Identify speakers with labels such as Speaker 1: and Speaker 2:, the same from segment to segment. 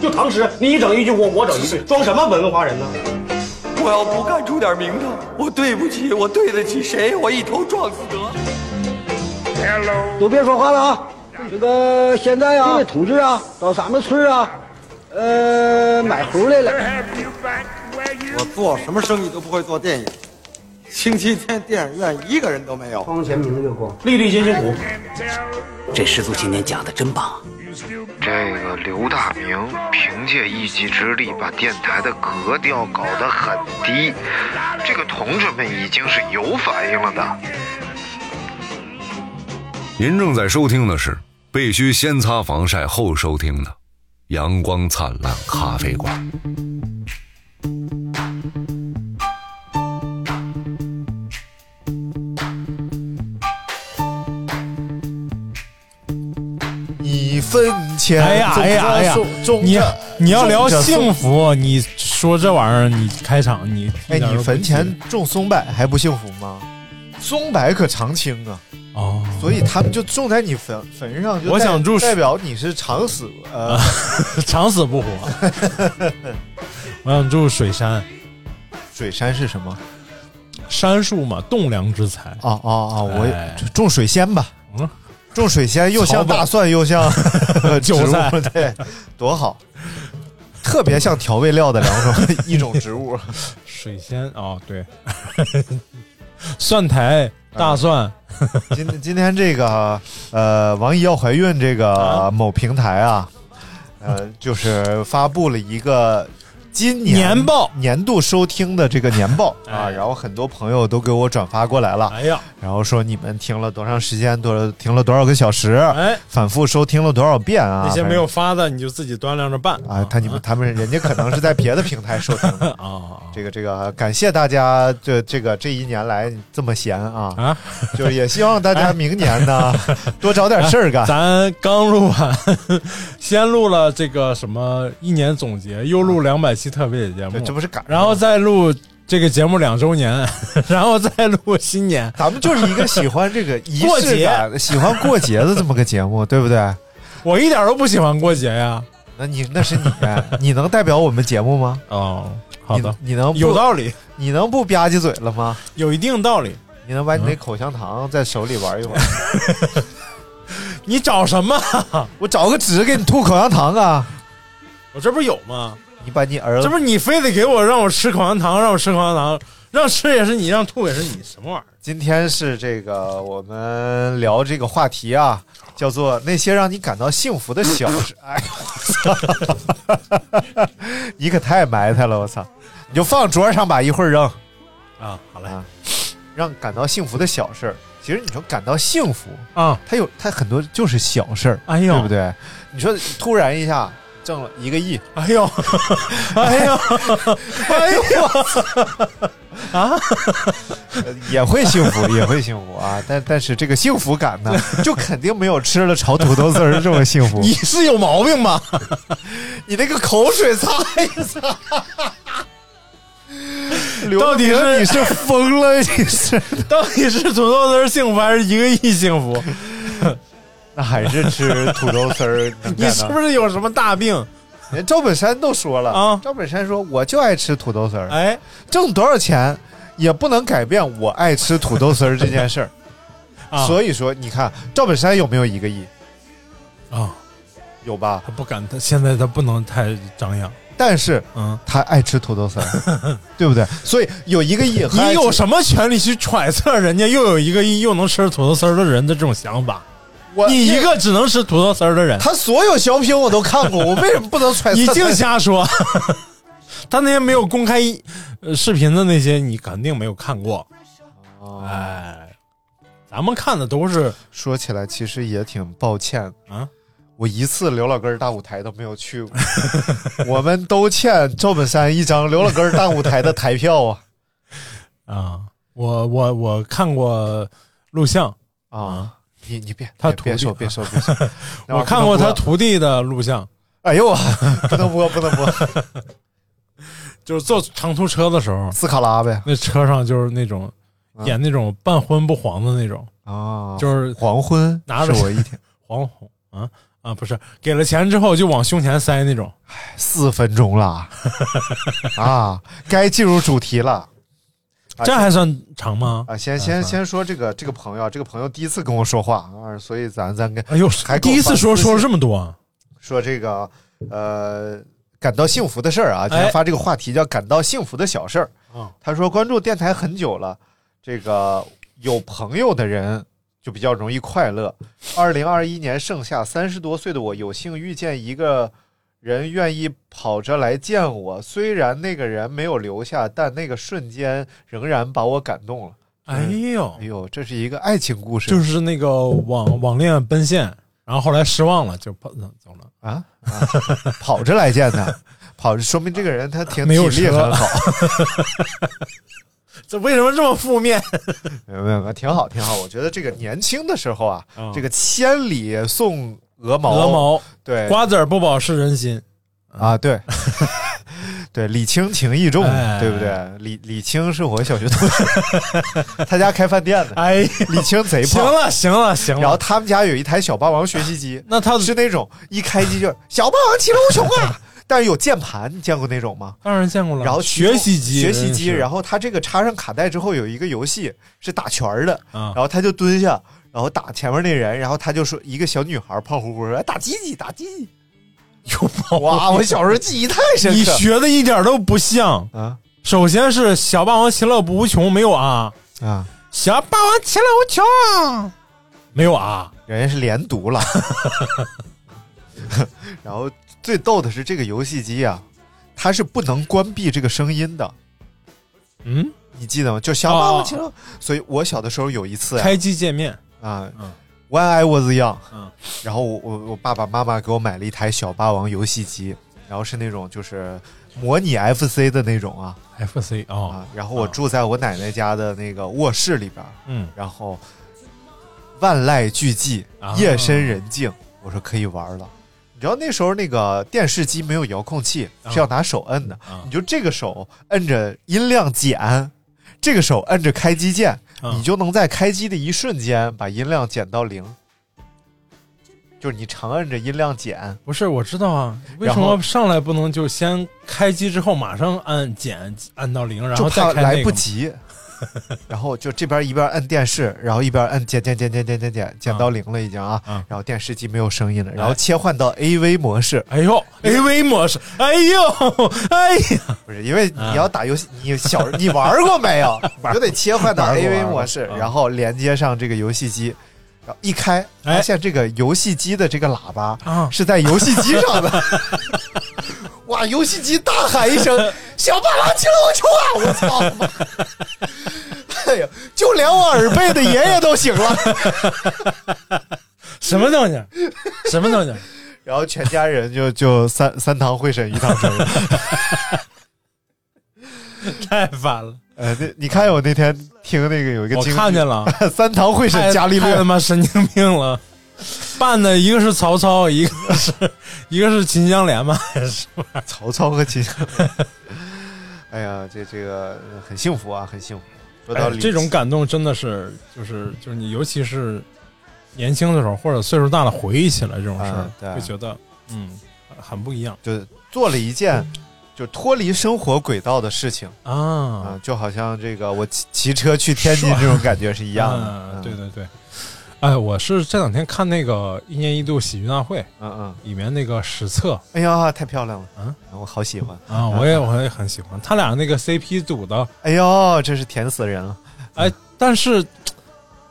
Speaker 1: 就唐诗，你一整一句，我我整一句，装什么文化人呢？
Speaker 2: 我要不干出点名堂，我对不起，我对得起谁？我一头撞死得了。
Speaker 3: 都别说话了啊！这个现在啊，这位同志啊，到咱们村啊，呃，买猴来了。
Speaker 4: 我做什么生意都不会做电影，星期天电影院一个人都没有。
Speaker 3: 光前明月光，
Speaker 1: 粒粒皆辛苦，
Speaker 5: 这师祖今年讲的真棒啊！
Speaker 6: 这个刘大明凭借一己之力把电台的格调搞得很低，这个同志们已经是有反应了的。
Speaker 7: 您正在收听的是必须先擦防晒后收听的《阳光灿烂咖啡馆》。
Speaker 8: 一分钱，
Speaker 9: 哎呀哎呀哎呀
Speaker 8: 种着种！
Speaker 9: 你
Speaker 8: 着
Speaker 9: 你要聊
Speaker 8: 种着松
Speaker 9: 幸福，你说这玩意儿，你开场你
Speaker 8: 哎，
Speaker 9: 一点
Speaker 8: 你
Speaker 9: 都不
Speaker 8: 坟
Speaker 9: 记
Speaker 8: 前种松柏还不幸福吗？松柏可常青啊，
Speaker 9: 得哦，
Speaker 8: 所以他们就种在你坟坟上，就
Speaker 9: 我
Speaker 8: 代
Speaker 9: 想入
Speaker 8: 代表你是长死呃，
Speaker 9: 哦 长死不活。我想住水山，
Speaker 8: 水杉是什么？
Speaker 9: 杉树嘛，栋梁之材。
Speaker 8: 哦哦哦，我
Speaker 9: 哎
Speaker 8: 就种水仙吧
Speaker 9: 嗯，
Speaker 8: 种水仙又像
Speaker 9: 草本
Speaker 8: 大蒜又 像呃
Speaker 9: 韭菜
Speaker 8: 植物对，多好，特别像调味料的两种 一种植物。
Speaker 9: 水仙哦，对， 蒜苔、大蒜，
Speaker 8: 啊今今天这个呃，王一要怀孕这个
Speaker 9: 啊
Speaker 8: 某平台啊，呃，就是发布了一个今年
Speaker 9: 年报
Speaker 8: 年度收听的这个年报啊，
Speaker 9: 哎
Speaker 8: 然后很多朋友都给我转发过来了，
Speaker 9: 哎呀，
Speaker 8: 然后说你们听了多长时间，多少听了多少个小时，
Speaker 9: 哎，
Speaker 8: 反复收听了多少遍啊？
Speaker 9: 那
Speaker 8: 反
Speaker 9: 些
Speaker 8: 正
Speaker 9: 没有发的你就自己端量着办
Speaker 8: 啊，他你们他们人家可能是在别的平台收听 的。
Speaker 9: 啊
Speaker 8: 这个这个，感谢大家这这个这一年来这么闲啊，
Speaker 9: 啊！ 哎
Speaker 8: 就是也希望大家明年呢多找点事儿干。
Speaker 9: 咱刚录完，先录了这个什么一年总结，又录两百期特别节
Speaker 8: 这
Speaker 9: 目，
Speaker 8: 这不是赶上
Speaker 9: 然后再录这个节目两周年， 然后再录新年，
Speaker 8: 咱们就是一个喜欢这个仪
Speaker 9: 过
Speaker 8: 式感、喜欢过节的这么个节目，对不对？
Speaker 9: 我一点都不喜欢过节呀。
Speaker 8: 那你那是你，你能代表我们节目吗？
Speaker 9: 哦，好的，
Speaker 8: 你你能不
Speaker 9: 有道理，
Speaker 8: 你能不吧唧嘴了吗？
Speaker 9: 有一定道理。
Speaker 8: 你能把你那
Speaker 9: 嗯
Speaker 8: 口香糖在手里玩一玩？
Speaker 9: 你找什么？
Speaker 8: 我找个纸给你吐口香糖啊！
Speaker 9: 我这不有吗？
Speaker 8: 你把你儿
Speaker 9: 这
Speaker 8: 子
Speaker 9: 不是你非得给我让我吃口香糖，让我吃口香糖，让吃也是你，让吐也是你，什么玩意儿？
Speaker 8: 今天是这个我们聊这个话题啊，叫做那些让你感到幸福的 小事。哎呦，我操！你可太埋汰了，我操！你就放桌上吧，一会儿扔。
Speaker 9: 啊，好嘞，
Speaker 8: 啊让感到幸福的小事儿，其实你说感到幸福，
Speaker 9: 啊，
Speaker 8: 它有它很多就是小事儿，
Speaker 9: 哎呦
Speaker 8: 对不对？你说突然一下挣了一个亿，
Speaker 9: 哎呦， 哎呦，
Speaker 8: 哎呦，啊，也会幸 福，也会幸福啊！但但是这个幸福感呢，就肯定没有吃了炒土豆丝儿这么幸福。
Speaker 9: 你是有毛病 吧？
Speaker 8: 你那个口水擦一擦，刘
Speaker 9: 到底是
Speaker 8: 德明你是疯了？你是
Speaker 9: 到底是土豆丝儿幸福还是一个亿幸福？
Speaker 8: 那还是吃土豆丝儿能
Speaker 9: 你
Speaker 8: 干
Speaker 9: 是
Speaker 8: 到？
Speaker 9: 不是有什么大病？
Speaker 8: 人赵本山都说了
Speaker 9: 啊
Speaker 8: 赵本山说我就爱吃土豆丝儿，
Speaker 9: 哎，
Speaker 8: 挣多少钱也不能改变我爱吃土豆丝儿这件事儿。
Speaker 9: 啊
Speaker 8: 所以说，你看赵本山有没有一个亿？
Speaker 9: 啊，
Speaker 8: 有吧？
Speaker 9: 他不敢，他现在他不能太张扬。
Speaker 8: 但是
Speaker 9: 嗯，
Speaker 8: 他爱吃土豆丝儿， 对不对？所以有一个亿和爱
Speaker 9: 你
Speaker 8: 吃，
Speaker 9: 有什么权利去揣测人家又有一个亿又能吃土豆丝儿的人的这种想法？
Speaker 8: 我
Speaker 9: 你一个只能吃土豆丝儿的人，
Speaker 8: 他所有小品我都看过，我为什么不能揣测？
Speaker 9: 你净瞎说。他那些没有公开呃视频的那些，你肯定没有看过。
Speaker 8: 哦
Speaker 9: 哎，咱们看的都是
Speaker 8: 说起来，其实也挺抱歉的
Speaker 9: 啊。
Speaker 8: 我一次刘老根儿大舞台都没有去过， 我们都欠赵本山一张刘老根儿大舞台的台票啊！
Speaker 9: 啊，我我我看过录像，
Speaker 8: 啊，你你别
Speaker 9: 他
Speaker 8: 别别
Speaker 9: 徒弟
Speaker 8: 说别说别 说，那玩意
Speaker 9: 我
Speaker 8: 儿
Speaker 9: 看过
Speaker 8: 不能
Speaker 9: 他
Speaker 8: 播，
Speaker 9: 徒弟的录像，
Speaker 8: 哎呦我不能播不能播，
Speaker 9: 就是坐长途车的时候，
Speaker 8: 斯卡拉呗
Speaker 9: 那车上就是那种
Speaker 8: 嗯
Speaker 9: 演那种半昏不黄的那种，
Speaker 8: 啊，
Speaker 9: 就是
Speaker 8: 黄昏
Speaker 9: 拿着
Speaker 8: 是我一天
Speaker 9: 黄红啊啊、啊，不是给了钱之后就往胸前塞那种。
Speaker 8: 四分钟了啊，该进入主题了。啊
Speaker 9: 这还算长吗？
Speaker 8: 啊，先先先说这个这个朋友啊，这个朋友第一次跟我说话啊，所以咱咱跟
Speaker 9: 哎呦
Speaker 8: 还，够
Speaker 9: 第一次说
Speaker 8: 反思性
Speaker 9: 说了这么多，啊
Speaker 8: 说这个呃感到幸福的事儿啊，今天
Speaker 9: 哎
Speaker 8: 发这个话题叫感到幸福的小事儿。
Speaker 9: 啊
Speaker 8: 他说关注电台很久了，这个有朋友的人就比较容易快乐。二零二一年盛夏，三十多岁的我有幸遇见一个人愿意跑着来见我，虽然那个人没有留下，但那个瞬间仍然把我感动了。
Speaker 9: 哎呦
Speaker 8: 哎，呦，这是一个爱情故事，
Speaker 9: 就是那个网网恋奔现，然后后来失望了就跑走了。
Speaker 8: 啊，啊跑着来见的，跑着说明这个人他挺
Speaker 9: 没有
Speaker 8: 体力
Speaker 9: 车
Speaker 8: 很好，
Speaker 9: 这为什么这么 负面？
Speaker 8: 没有没有，没有挺好挺好。我觉得这个年轻的时候啊，这个千里送鹅毛，
Speaker 9: 嗯鹅毛
Speaker 8: 对
Speaker 9: 瓜子儿不饱是人心，
Speaker 8: 啊 对。对，礼轻情意重，
Speaker 9: 哎
Speaker 8: 对不对？李李青是我小学同学， 他家开饭店的。
Speaker 9: 哎，
Speaker 8: 李青贼
Speaker 9: 行
Speaker 8: 胖，
Speaker 9: 了行了行
Speaker 8: 然后
Speaker 9: 了，
Speaker 8: 他们家有一台小霸王学习机，
Speaker 9: 那他
Speaker 8: 是那种一开机就是小霸王其乐无穷 啊，但是有键盘，你见过那种吗？
Speaker 9: 当然见过了，
Speaker 8: 然后其中
Speaker 9: 嗯学习机嗯
Speaker 8: 学习机，然
Speaker 9: 后
Speaker 8: 后它这个插上卡带之后有一个游戏是打拳儿的，
Speaker 9: 啊
Speaker 8: 然后他就蹲下，然后打前面那人，然后他就说一个小女孩胖乎乎说哎打鸡鸡打鸡鸡，
Speaker 9: 有毛
Speaker 8: 哇！我小时候记忆太深
Speaker 9: 你
Speaker 8: 刻
Speaker 9: 学哦 的一点都不像。
Speaker 8: 啊
Speaker 9: 首先是小霸王其乐无穷，没有啊，
Speaker 8: 啊，
Speaker 9: 小霸王其乐无穷，没有啊，
Speaker 8: 人家是连读了， 然后最逗的是这个游戏机啊，它是不能关闭这个声音的，
Speaker 9: 嗯，
Speaker 8: 你记得吗？就小霸王
Speaker 9: 哦
Speaker 8: 其乐，所以我小的时候有一次啊
Speaker 9: 开机界面，
Speaker 8: 啊
Speaker 9: 嗯
Speaker 8: ，When I was young，
Speaker 9: 嗯
Speaker 8: 然后我我我爸爸妈妈给我买了一台小霸王游戏机，然后是那种就是模拟 FC 的那种啊
Speaker 9: ，FC 哦
Speaker 8: 啊，，然后我住在我奶奶家的那个卧室里边儿，
Speaker 9: 嗯，
Speaker 8: 然后万籁俱寂
Speaker 9: 啊，
Speaker 8: 夜深人静，我说可以玩了。你知道那时候那个电视机没有遥控器，是要拿手摁的
Speaker 9: 啊，
Speaker 8: 你就这个手摁着音量减，这个手摁着开机键，
Speaker 9: 啊
Speaker 8: 你就能在开机的一瞬间把音量减到零。就是你长摁着音量减，
Speaker 9: 不是，我知道啊，为
Speaker 8: 然
Speaker 9: 什
Speaker 8: 后
Speaker 9: 么上来不能就先开机之后马上按减按到零，然
Speaker 8: 就
Speaker 9: 后
Speaker 8: 怕
Speaker 9: 再开那个
Speaker 8: 来不及。 然后就这边一边摁电视，然后一边摁减减减减减减减减到零了已经啊，
Speaker 9: 啊
Speaker 8: 然后电视机没有声音了，然后切换到 AV 模式，
Speaker 9: 哎呦，AV 模式，哎呦，哎呀，
Speaker 8: 不是因为你
Speaker 9: 啊
Speaker 8: 要打游戏，你小你玩过没 有？你就得切换到 AV 模式，
Speaker 9: 啊
Speaker 8: 然后连接上这个游戏机，然后一开
Speaker 9: 哎
Speaker 8: 发现这个游戏机的这个喇叭
Speaker 9: 啊
Speaker 8: 是在游戏机上 的。哇！游戏机大喊一声：“小霸王请我出啊！”我操！哎呀，就连我耳背的爷爷都醒 了。
Speaker 9: 什 么东西？什么东西？
Speaker 8: 然后全家人就就三三堂会审一堂生。
Speaker 9: 太烦了，
Speaker 8: 呃，那你看我那天听那个有一个
Speaker 9: 我
Speaker 8: 京剧
Speaker 9: 看 见了，
Speaker 8: 三堂会审
Speaker 9: 太
Speaker 8: 伽利
Speaker 9: 太他
Speaker 8: 略，
Speaker 9: 妈神经病了。扮的一个是曹操，一个是一个是秦香莲嘛，还是什么
Speaker 8: 曹操和秦 始皇。哎呀，这这个呃很幸福啊，很幸福。说到
Speaker 9: 哎
Speaker 8: 李、
Speaker 9: 这种感动真的是，就是就是你，尤其是年轻的时候或者岁数大了，回忆起来这种事
Speaker 8: 啊对
Speaker 9: 儿，会觉得嗯很不一样
Speaker 8: 就做了一件就脱离生活轨道的事情啊、
Speaker 9: 啊。
Speaker 8: 就好像这个我骑骑车去天津这种感觉是一
Speaker 9: 一
Speaker 8: 样的。嗯
Speaker 9: 啊对，对对。哎，我是这两天看那个一年一度喜剧大会
Speaker 8: 嗯嗯。
Speaker 9: 里面那个史册
Speaker 8: 哎呀，太漂亮了！
Speaker 9: 嗯，
Speaker 8: 我好喜欢。
Speaker 9: 啊，我也 我也很喜欢他俩那个 CP 组的，
Speaker 8: 哎呦，真是甜死人了！
Speaker 9: 哎，但是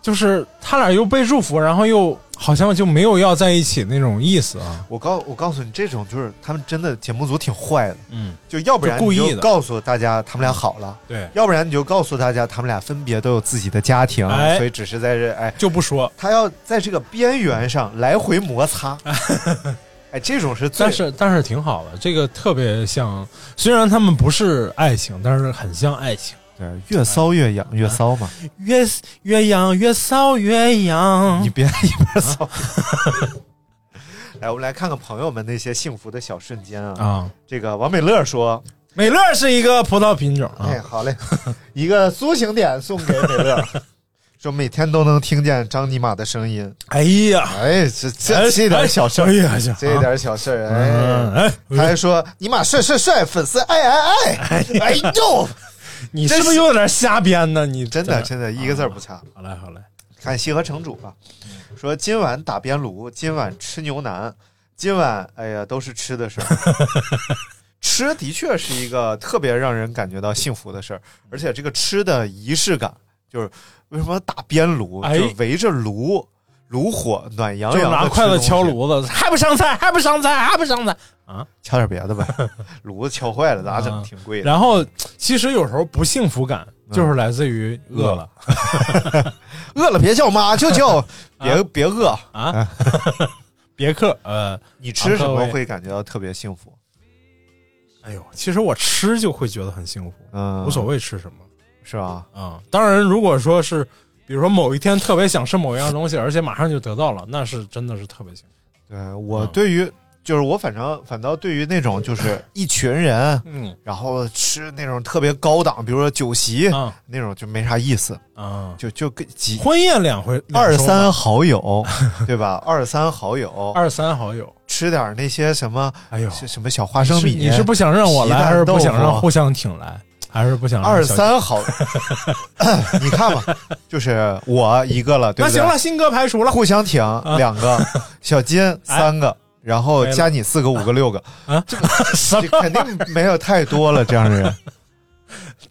Speaker 9: 就是他俩又被祝福，然后又好像就没有要在一起那种意思啊。
Speaker 8: 我告我告诉你，这种就是他们真的节目组挺坏的，
Speaker 9: 嗯，
Speaker 8: 就要不然
Speaker 9: 就故意的
Speaker 8: 你就告诉大家他们俩好了，
Speaker 9: 对，
Speaker 8: 要不然你就告诉大家他们俩分别都有自己的家庭，
Speaker 9: 哎
Speaker 8: 所以只是在这哎
Speaker 9: 就不说。
Speaker 8: 他要在这个边缘上来回摩 擦。哎，这种是最
Speaker 9: 但是但是挺好的，这个特别像，虽然他们不是爱情，但是很像爱情。
Speaker 8: 对越骚越痒，越骚嘛。
Speaker 9: 越越痒越骚越痒
Speaker 8: 你别一边骚。 来，我们来看看朋友们那些幸福的小瞬间啊。
Speaker 9: 啊！
Speaker 8: 这个王美乐说
Speaker 9: 美
Speaker 8: 哎
Speaker 9: 乐是一个葡萄品种：“啊
Speaker 8: 哎，，好嘞，一个苏醒点送给美乐。”说每天都能听见张尼玛的声音。
Speaker 9: 哎呀，
Speaker 8: 哎，这这这点小事儿，
Speaker 9: 哎呀，行，
Speaker 8: 这点小事儿，
Speaker 9: 嗯，
Speaker 8: 哎，
Speaker 9: 哎，
Speaker 8: 他还说尼玛帅帅帅，粉丝爱爱爱，哎呦，
Speaker 9: 你是不是有点瞎编呢？你
Speaker 8: 真的真的一个字儿不差。
Speaker 9: 好嘞，好嘞，
Speaker 8: 看西河城主吧，说今晚打边炉，今晚吃牛腩，今晚哎呀都是吃的事儿。 吃的确是一个特别让人感觉到幸福的事儿，而且这个吃的仪式感，就是为什么打边炉，
Speaker 9: 哎
Speaker 8: 就围着炉炉火暖洋
Speaker 9: 就
Speaker 8: 洋，
Speaker 9: 拿筷子敲，炉子，还不上菜，还不上菜，还不上菜。
Speaker 8: 敲点别的 呗，炉子敲坏了
Speaker 9: 啊
Speaker 8: 咋整？挺贵的。
Speaker 9: 然后，其实有时候不幸福感就是来自于饿了。
Speaker 8: 饿了别叫妈，就 叫别、别饿。
Speaker 9: 啊，别克，呃，
Speaker 8: 你吃什
Speaker 9: 啊各
Speaker 8: 么
Speaker 9: 位
Speaker 8: 会感觉到特别幸福？
Speaker 9: 哎呦，其实我吃就会觉得很幸福，
Speaker 8: 嗯，
Speaker 9: 无所谓吃什么
Speaker 8: 是吧？
Speaker 9: 啊、当然，如果说是，比如说某一天特别想吃某一样东西，而且马上就得到了，那是真的是特别幸福。
Speaker 8: 对我
Speaker 9: 嗯
Speaker 8: 对于、就是我反正反倒对于那种就是一群人，
Speaker 9: 嗯
Speaker 8: 然后吃那种特别高档，比如说酒席、
Speaker 9: 啊
Speaker 8: 那种就没啥意思，
Speaker 9: 啊，
Speaker 8: 就就跟几
Speaker 9: 婚宴两回，两
Speaker 8: 二
Speaker 9: 周嘛
Speaker 8: 三好友，对吧？二三好友
Speaker 9: 二三好友，
Speaker 8: 吃点那些什么
Speaker 9: 哎呦，
Speaker 8: 是什么小花生米，
Speaker 9: 是你是不想让我
Speaker 8: 皮
Speaker 9: 来，
Speaker 8: 蛋
Speaker 9: 还是
Speaker 8: 豆
Speaker 9: 不
Speaker 8: 腐
Speaker 9: 想让互相挺来，还是不想让
Speaker 8: 二
Speaker 9: 小？
Speaker 8: 三好， 你看吧，就是我一个了，对
Speaker 9: 那
Speaker 8: 不对？
Speaker 9: 行了，新哥排除了， 啊哎
Speaker 8: 互相挺两个，小金三个，然后
Speaker 9: 没了
Speaker 8: 加你四个、五个、六个，
Speaker 9: 什
Speaker 8: 这
Speaker 9: 么
Speaker 8: 肯定没有太多了这样的人。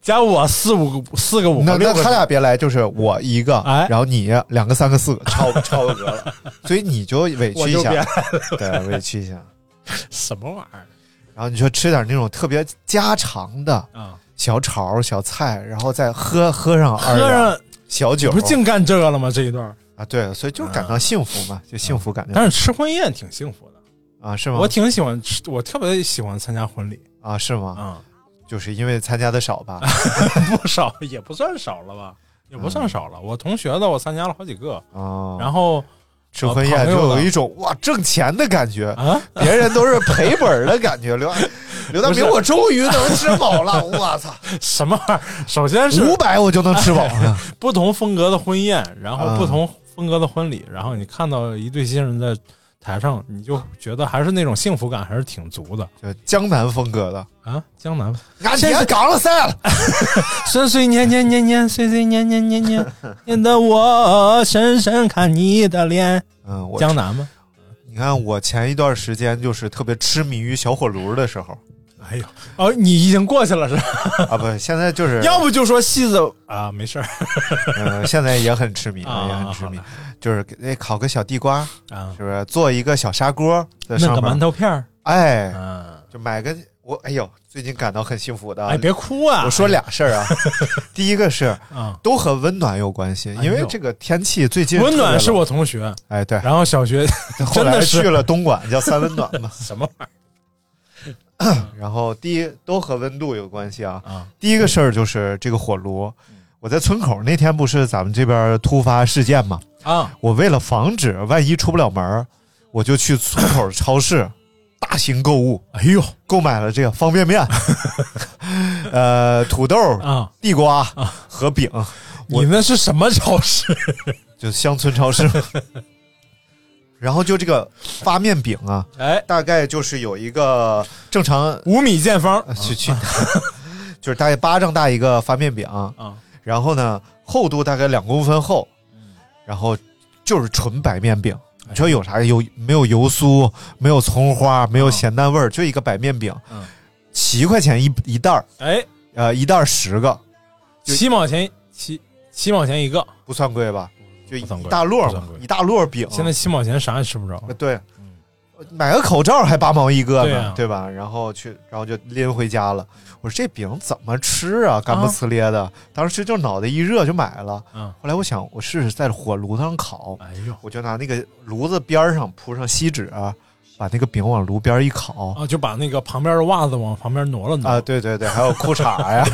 Speaker 9: 加我四五个四 个五
Speaker 8: 那
Speaker 9: 个
Speaker 8: 那
Speaker 9: 六个
Speaker 8: 他俩别来，就是我一个，
Speaker 9: 哎
Speaker 8: 然后你两个、三个、四个，超超额了， 所以你就委
Speaker 9: 我
Speaker 8: 屈一
Speaker 9: 就别
Speaker 8: 下，对，委屈一下。
Speaker 9: 什么玩意
Speaker 8: 然后你说吃点那种特别家常的
Speaker 9: 儿啊？
Speaker 8: 小炒、小菜，然后再喝喝上二
Speaker 9: 喝
Speaker 8: 两
Speaker 9: 上
Speaker 8: 小
Speaker 9: 你
Speaker 8: 酒
Speaker 9: 不是净嗯干这个了吗？这一段儿，
Speaker 8: 啊，对，所以就是感到幸福嘛，就幸福感就
Speaker 9: 但是吃婚宴挺幸福的，
Speaker 8: 啊，是吗
Speaker 9: 嗯我？挺喜欢吃，我特别喜欢参加婚礼
Speaker 8: 啊，是吗？
Speaker 9: 啊，
Speaker 8: 就是因为参加的少吧？
Speaker 9: 不少也不算少了吧，也不算少了。我同学的我参加了好几个，
Speaker 8: 啊，
Speaker 9: 嗯然后
Speaker 8: 吃婚宴
Speaker 9: 朋
Speaker 8: 就
Speaker 9: 友
Speaker 8: 有
Speaker 9: 的
Speaker 8: 一种哇挣钱的感觉，
Speaker 9: 啊，
Speaker 8: 别人都是赔本儿的感觉。刘 大刘大
Speaker 9: 不是
Speaker 8: 明，我终于能吃饱 了，我操，
Speaker 9: 什么玩意儿？首先是
Speaker 8: 五百我就能吃饱 了。
Speaker 9: 不同风格的婚宴，然
Speaker 8: 啊
Speaker 9: 后不同风格的婚礼，然后你看到一对新人在台上，你就觉得还是那种幸福感还是挺足的
Speaker 8: 就江南风格的，
Speaker 9: 啊。江南
Speaker 8: 俺
Speaker 9: 这
Speaker 8: 爹
Speaker 9: 是
Speaker 8: 搞了赛 了，
Speaker 9: 岁岁年年年年岁岁年年年年年的我深深看你的脸，
Speaker 8: 嗯，我
Speaker 9: 江南吗？
Speaker 8: 你看我前一段时间就是特别痴迷于小火炉的时 候
Speaker 9: 哎呦，哦，你已经过去了是吧？
Speaker 8: 啊，不，现在就是，
Speaker 9: 要不就说戏子啊，没事儿
Speaker 8: 嗯，现在也很痴迷，
Speaker 9: 啊
Speaker 8: 也很痴迷
Speaker 9: 好，
Speaker 8: 就是给哎烤个小地瓜，
Speaker 9: 啊
Speaker 8: 是，不是做一个小砂锅在
Speaker 9: 弄
Speaker 8: 上
Speaker 9: 个馒
Speaker 8: 面，
Speaker 9: 头片儿，
Speaker 8: 哎，
Speaker 9: 嗯，
Speaker 8: 就买个我，哎呦，最近感到很幸福的啊，
Speaker 9: 哎，别哭 啊，
Speaker 8: 我说俩事儿 啊，第一个是
Speaker 9: 啊，
Speaker 8: 都和温暖有关系，因为这个天气最近
Speaker 9: 哎温
Speaker 8: 特别
Speaker 9: 暖
Speaker 8: 冷
Speaker 9: 是我同学，
Speaker 8: 哎对，
Speaker 9: 然后小学
Speaker 8: 后
Speaker 9: 真
Speaker 8: 来
Speaker 9: 的
Speaker 8: 去
Speaker 9: 是，
Speaker 8: 了东莞叫三温暖嘛
Speaker 9: 什么玩意
Speaker 8: 然后第一都和温度有关系啊。
Speaker 9: 儿啊？
Speaker 8: 第一个事儿就是这个火炉，我在村口那天不是咱们这边突发事件嘛，
Speaker 9: 啊，
Speaker 8: 我为了防止万一出不了门儿，我就去村口超市 大型购物，
Speaker 9: 哎呦
Speaker 8: 购买了这个方便面， 呃，土豆、
Speaker 9: 啊，
Speaker 8: 地瓜和饼。我
Speaker 9: 你那是什么超市？
Speaker 8: 就乡村超 市。然后就这个发面饼啊，
Speaker 9: 哎，
Speaker 8: 大概就是有一个正常
Speaker 9: 五米见方
Speaker 8: 呃去 去，就是大概巴掌大一个发面饼，
Speaker 9: 啊，
Speaker 8: 然后呢厚度大概两公分厚，然后就是纯白面饼。
Speaker 9: 哎
Speaker 8: 你说有啥有没有油酥，没有葱花，没有咸淡味儿，就一个白面饼
Speaker 9: 嗯，
Speaker 8: 七块钱一一袋儿，
Speaker 9: 哎，
Speaker 8: 呃，一袋儿十个，就哦
Speaker 9: 七毛钱七七毛钱一个，
Speaker 8: 不算贵吧？就一
Speaker 9: 不算贵
Speaker 8: 大摞儿
Speaker 9: 不
Speaker 8: 嘛
Speaker 9: 算，贵
Speaker 8: 一大摞儿饼。
Speaker 9: 现在七毛钱啥也吃不着
Speaker 8: 啊，对，买个口罩还八毛一个呢，
Speaker 9: 嗯对啊
Speaker 8: 对吧？然后去，然后就拎回家了。我说这饼怎么吃啊？干不呲咧的。当时就脑袋一热就买了。
Speaker 9: 嗯
Speaker 8: 后来我想，我试试在火炉上烤，
Speaker 9: 哎呦，
Speaker 8: 我就拿那个炉子边儿上铺上锡纸，啊把那个饼往炉边儿一烤。
Speaker 9: 啊，就把那个旁边的袜子往旁边挪了挪
Speaker 8: 啊，对对对，还有裤衩呀。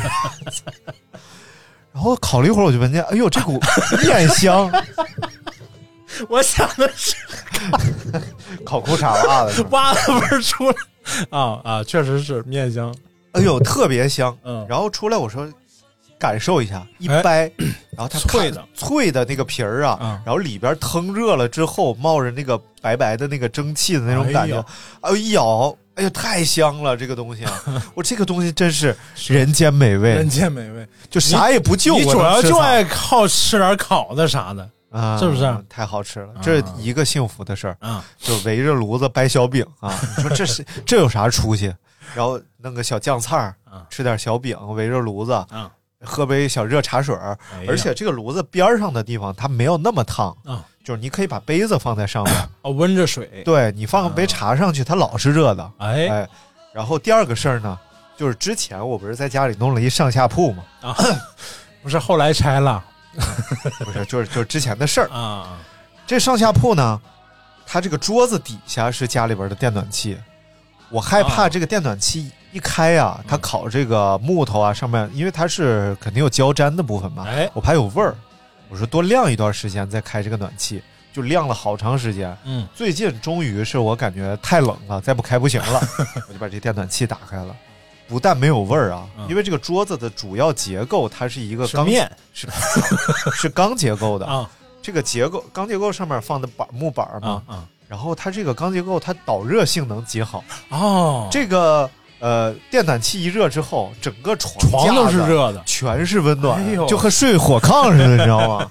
Speaker 8: 然后烤了一会儿，我就闻见，哎呦，这股面 香，
Speaker 9: 我想的是
Speaker 8: 烤裤衩袜子，
Speaker 9: 袜子味儿出来啊啊，确实是面香
Speaker 8: 哎呦，特别香。
Speaker 9: 嗯
Speaker 8: 然后出来我说，感受一下，一
Speaker 9: 哎
Speaker 8: 掰， 然后它
Speaker 9: 脆
Speaker 8: 看
Speaker 9: 的
Speaker 8: 脆的那个皮儿啊，
Speaker 9: 嗯
Speaker 8: 然后里边腾热了之后，冒着那个白白的那个蒸汽的那种感觉，哎呦一咬，哎呦太香了，这个东西 啊，我这个东西真是人间美味
Speaker 9: 人，间美味。
Speaker 8: 就啥也不就，
Speaker 9: 你
Speaker 8: 我
Speaker 9: 主
Speaker 8: 能
Speaker 9: 要
Speaker 8: 吃
Speaker 9: 就
Speaker 8: 它
Speaker 9: 爱靠吃点烤的啥的
Speaker 8: 啊，
Speaker 9: 是不啊是
Speaker 8: 太好吃了？这一个幸福的事儿，
Speaker 9: 啊，
Speaker 8: 就围着炉子掰小饼 啊！你说这是这有啥出息？然后弄个小酱菜儿
Speaker 9: 啊，
Speaker 8: 吃点小饼，围着炉子
Speaker 9: 啊，
Speaker 8: 喝杯小热茶水儿
Speaker 9: 哎呀。
Speaker 8: 而且这个炉子边儿上的地方它没有那么烫
Speaker 9: 啊，
Speaker 8: 就是你可以把杯子放在上面，
Speaker 9: 哦，温着水，
Speaker 8: 对你放杯茶上去，它老是热的。
Speaker 9: 哎
Speaker 8: 哎，然后第二个事儿呢，就是之前我不是在家里弄了一上下铺嘛，
Speaker 9: 啊，不是后来拆了
Speaker 8: 不是，就是就是之前的事儿。
Speaker 9: 啊，
Speaker 8: 这上下铺呢，它这个桌子底下是家里边的电暖气，我害怕
Speaker 9: 啊嗯
Speaker 8: 这个电暖气一开啊，它烤这个木头啊上面，因为它是肯定有胶粘的部分嘛，
Speaker 9: 哎
Speaker 8: 我怕有味儿。我说多晾一段时间再开这个暖气，就晾了好长时间。
Speaker 9: 嗯，
Speaker 8: 最近终于是我感觉太冷了，再不开不行 了，我就把这电暖气打开了。不但没有味儿啊，
Speaker 9: 嗯
Speaker 8: 因为这个桌子的主要结构它是一个
Speaker 9: 是
Speaker 8: 钢
Speaker 9: 面
Speaker 8: 是 是钢结构的
Speaker 9: 啊
Speaker 8: 这个结构钢结构上面放的板木板儿嘛
Speaker 9: 啊，啊，
Speaker 8: 然后它这个钢结构它导热性能极好，
Speaker 9: 哦，
Speaker 8: 这个呃电暖气一热之后，整个床
Speaker 9: 床
Speaker 8: 架
Speaker 9: 都
Speaker 8: 子
Speaker 9: 是热的，
Speaker 8: 全是温暖，
Speaker 9: 哎呦
Speaker 8: 就和睡火炕似的，你知道 吗？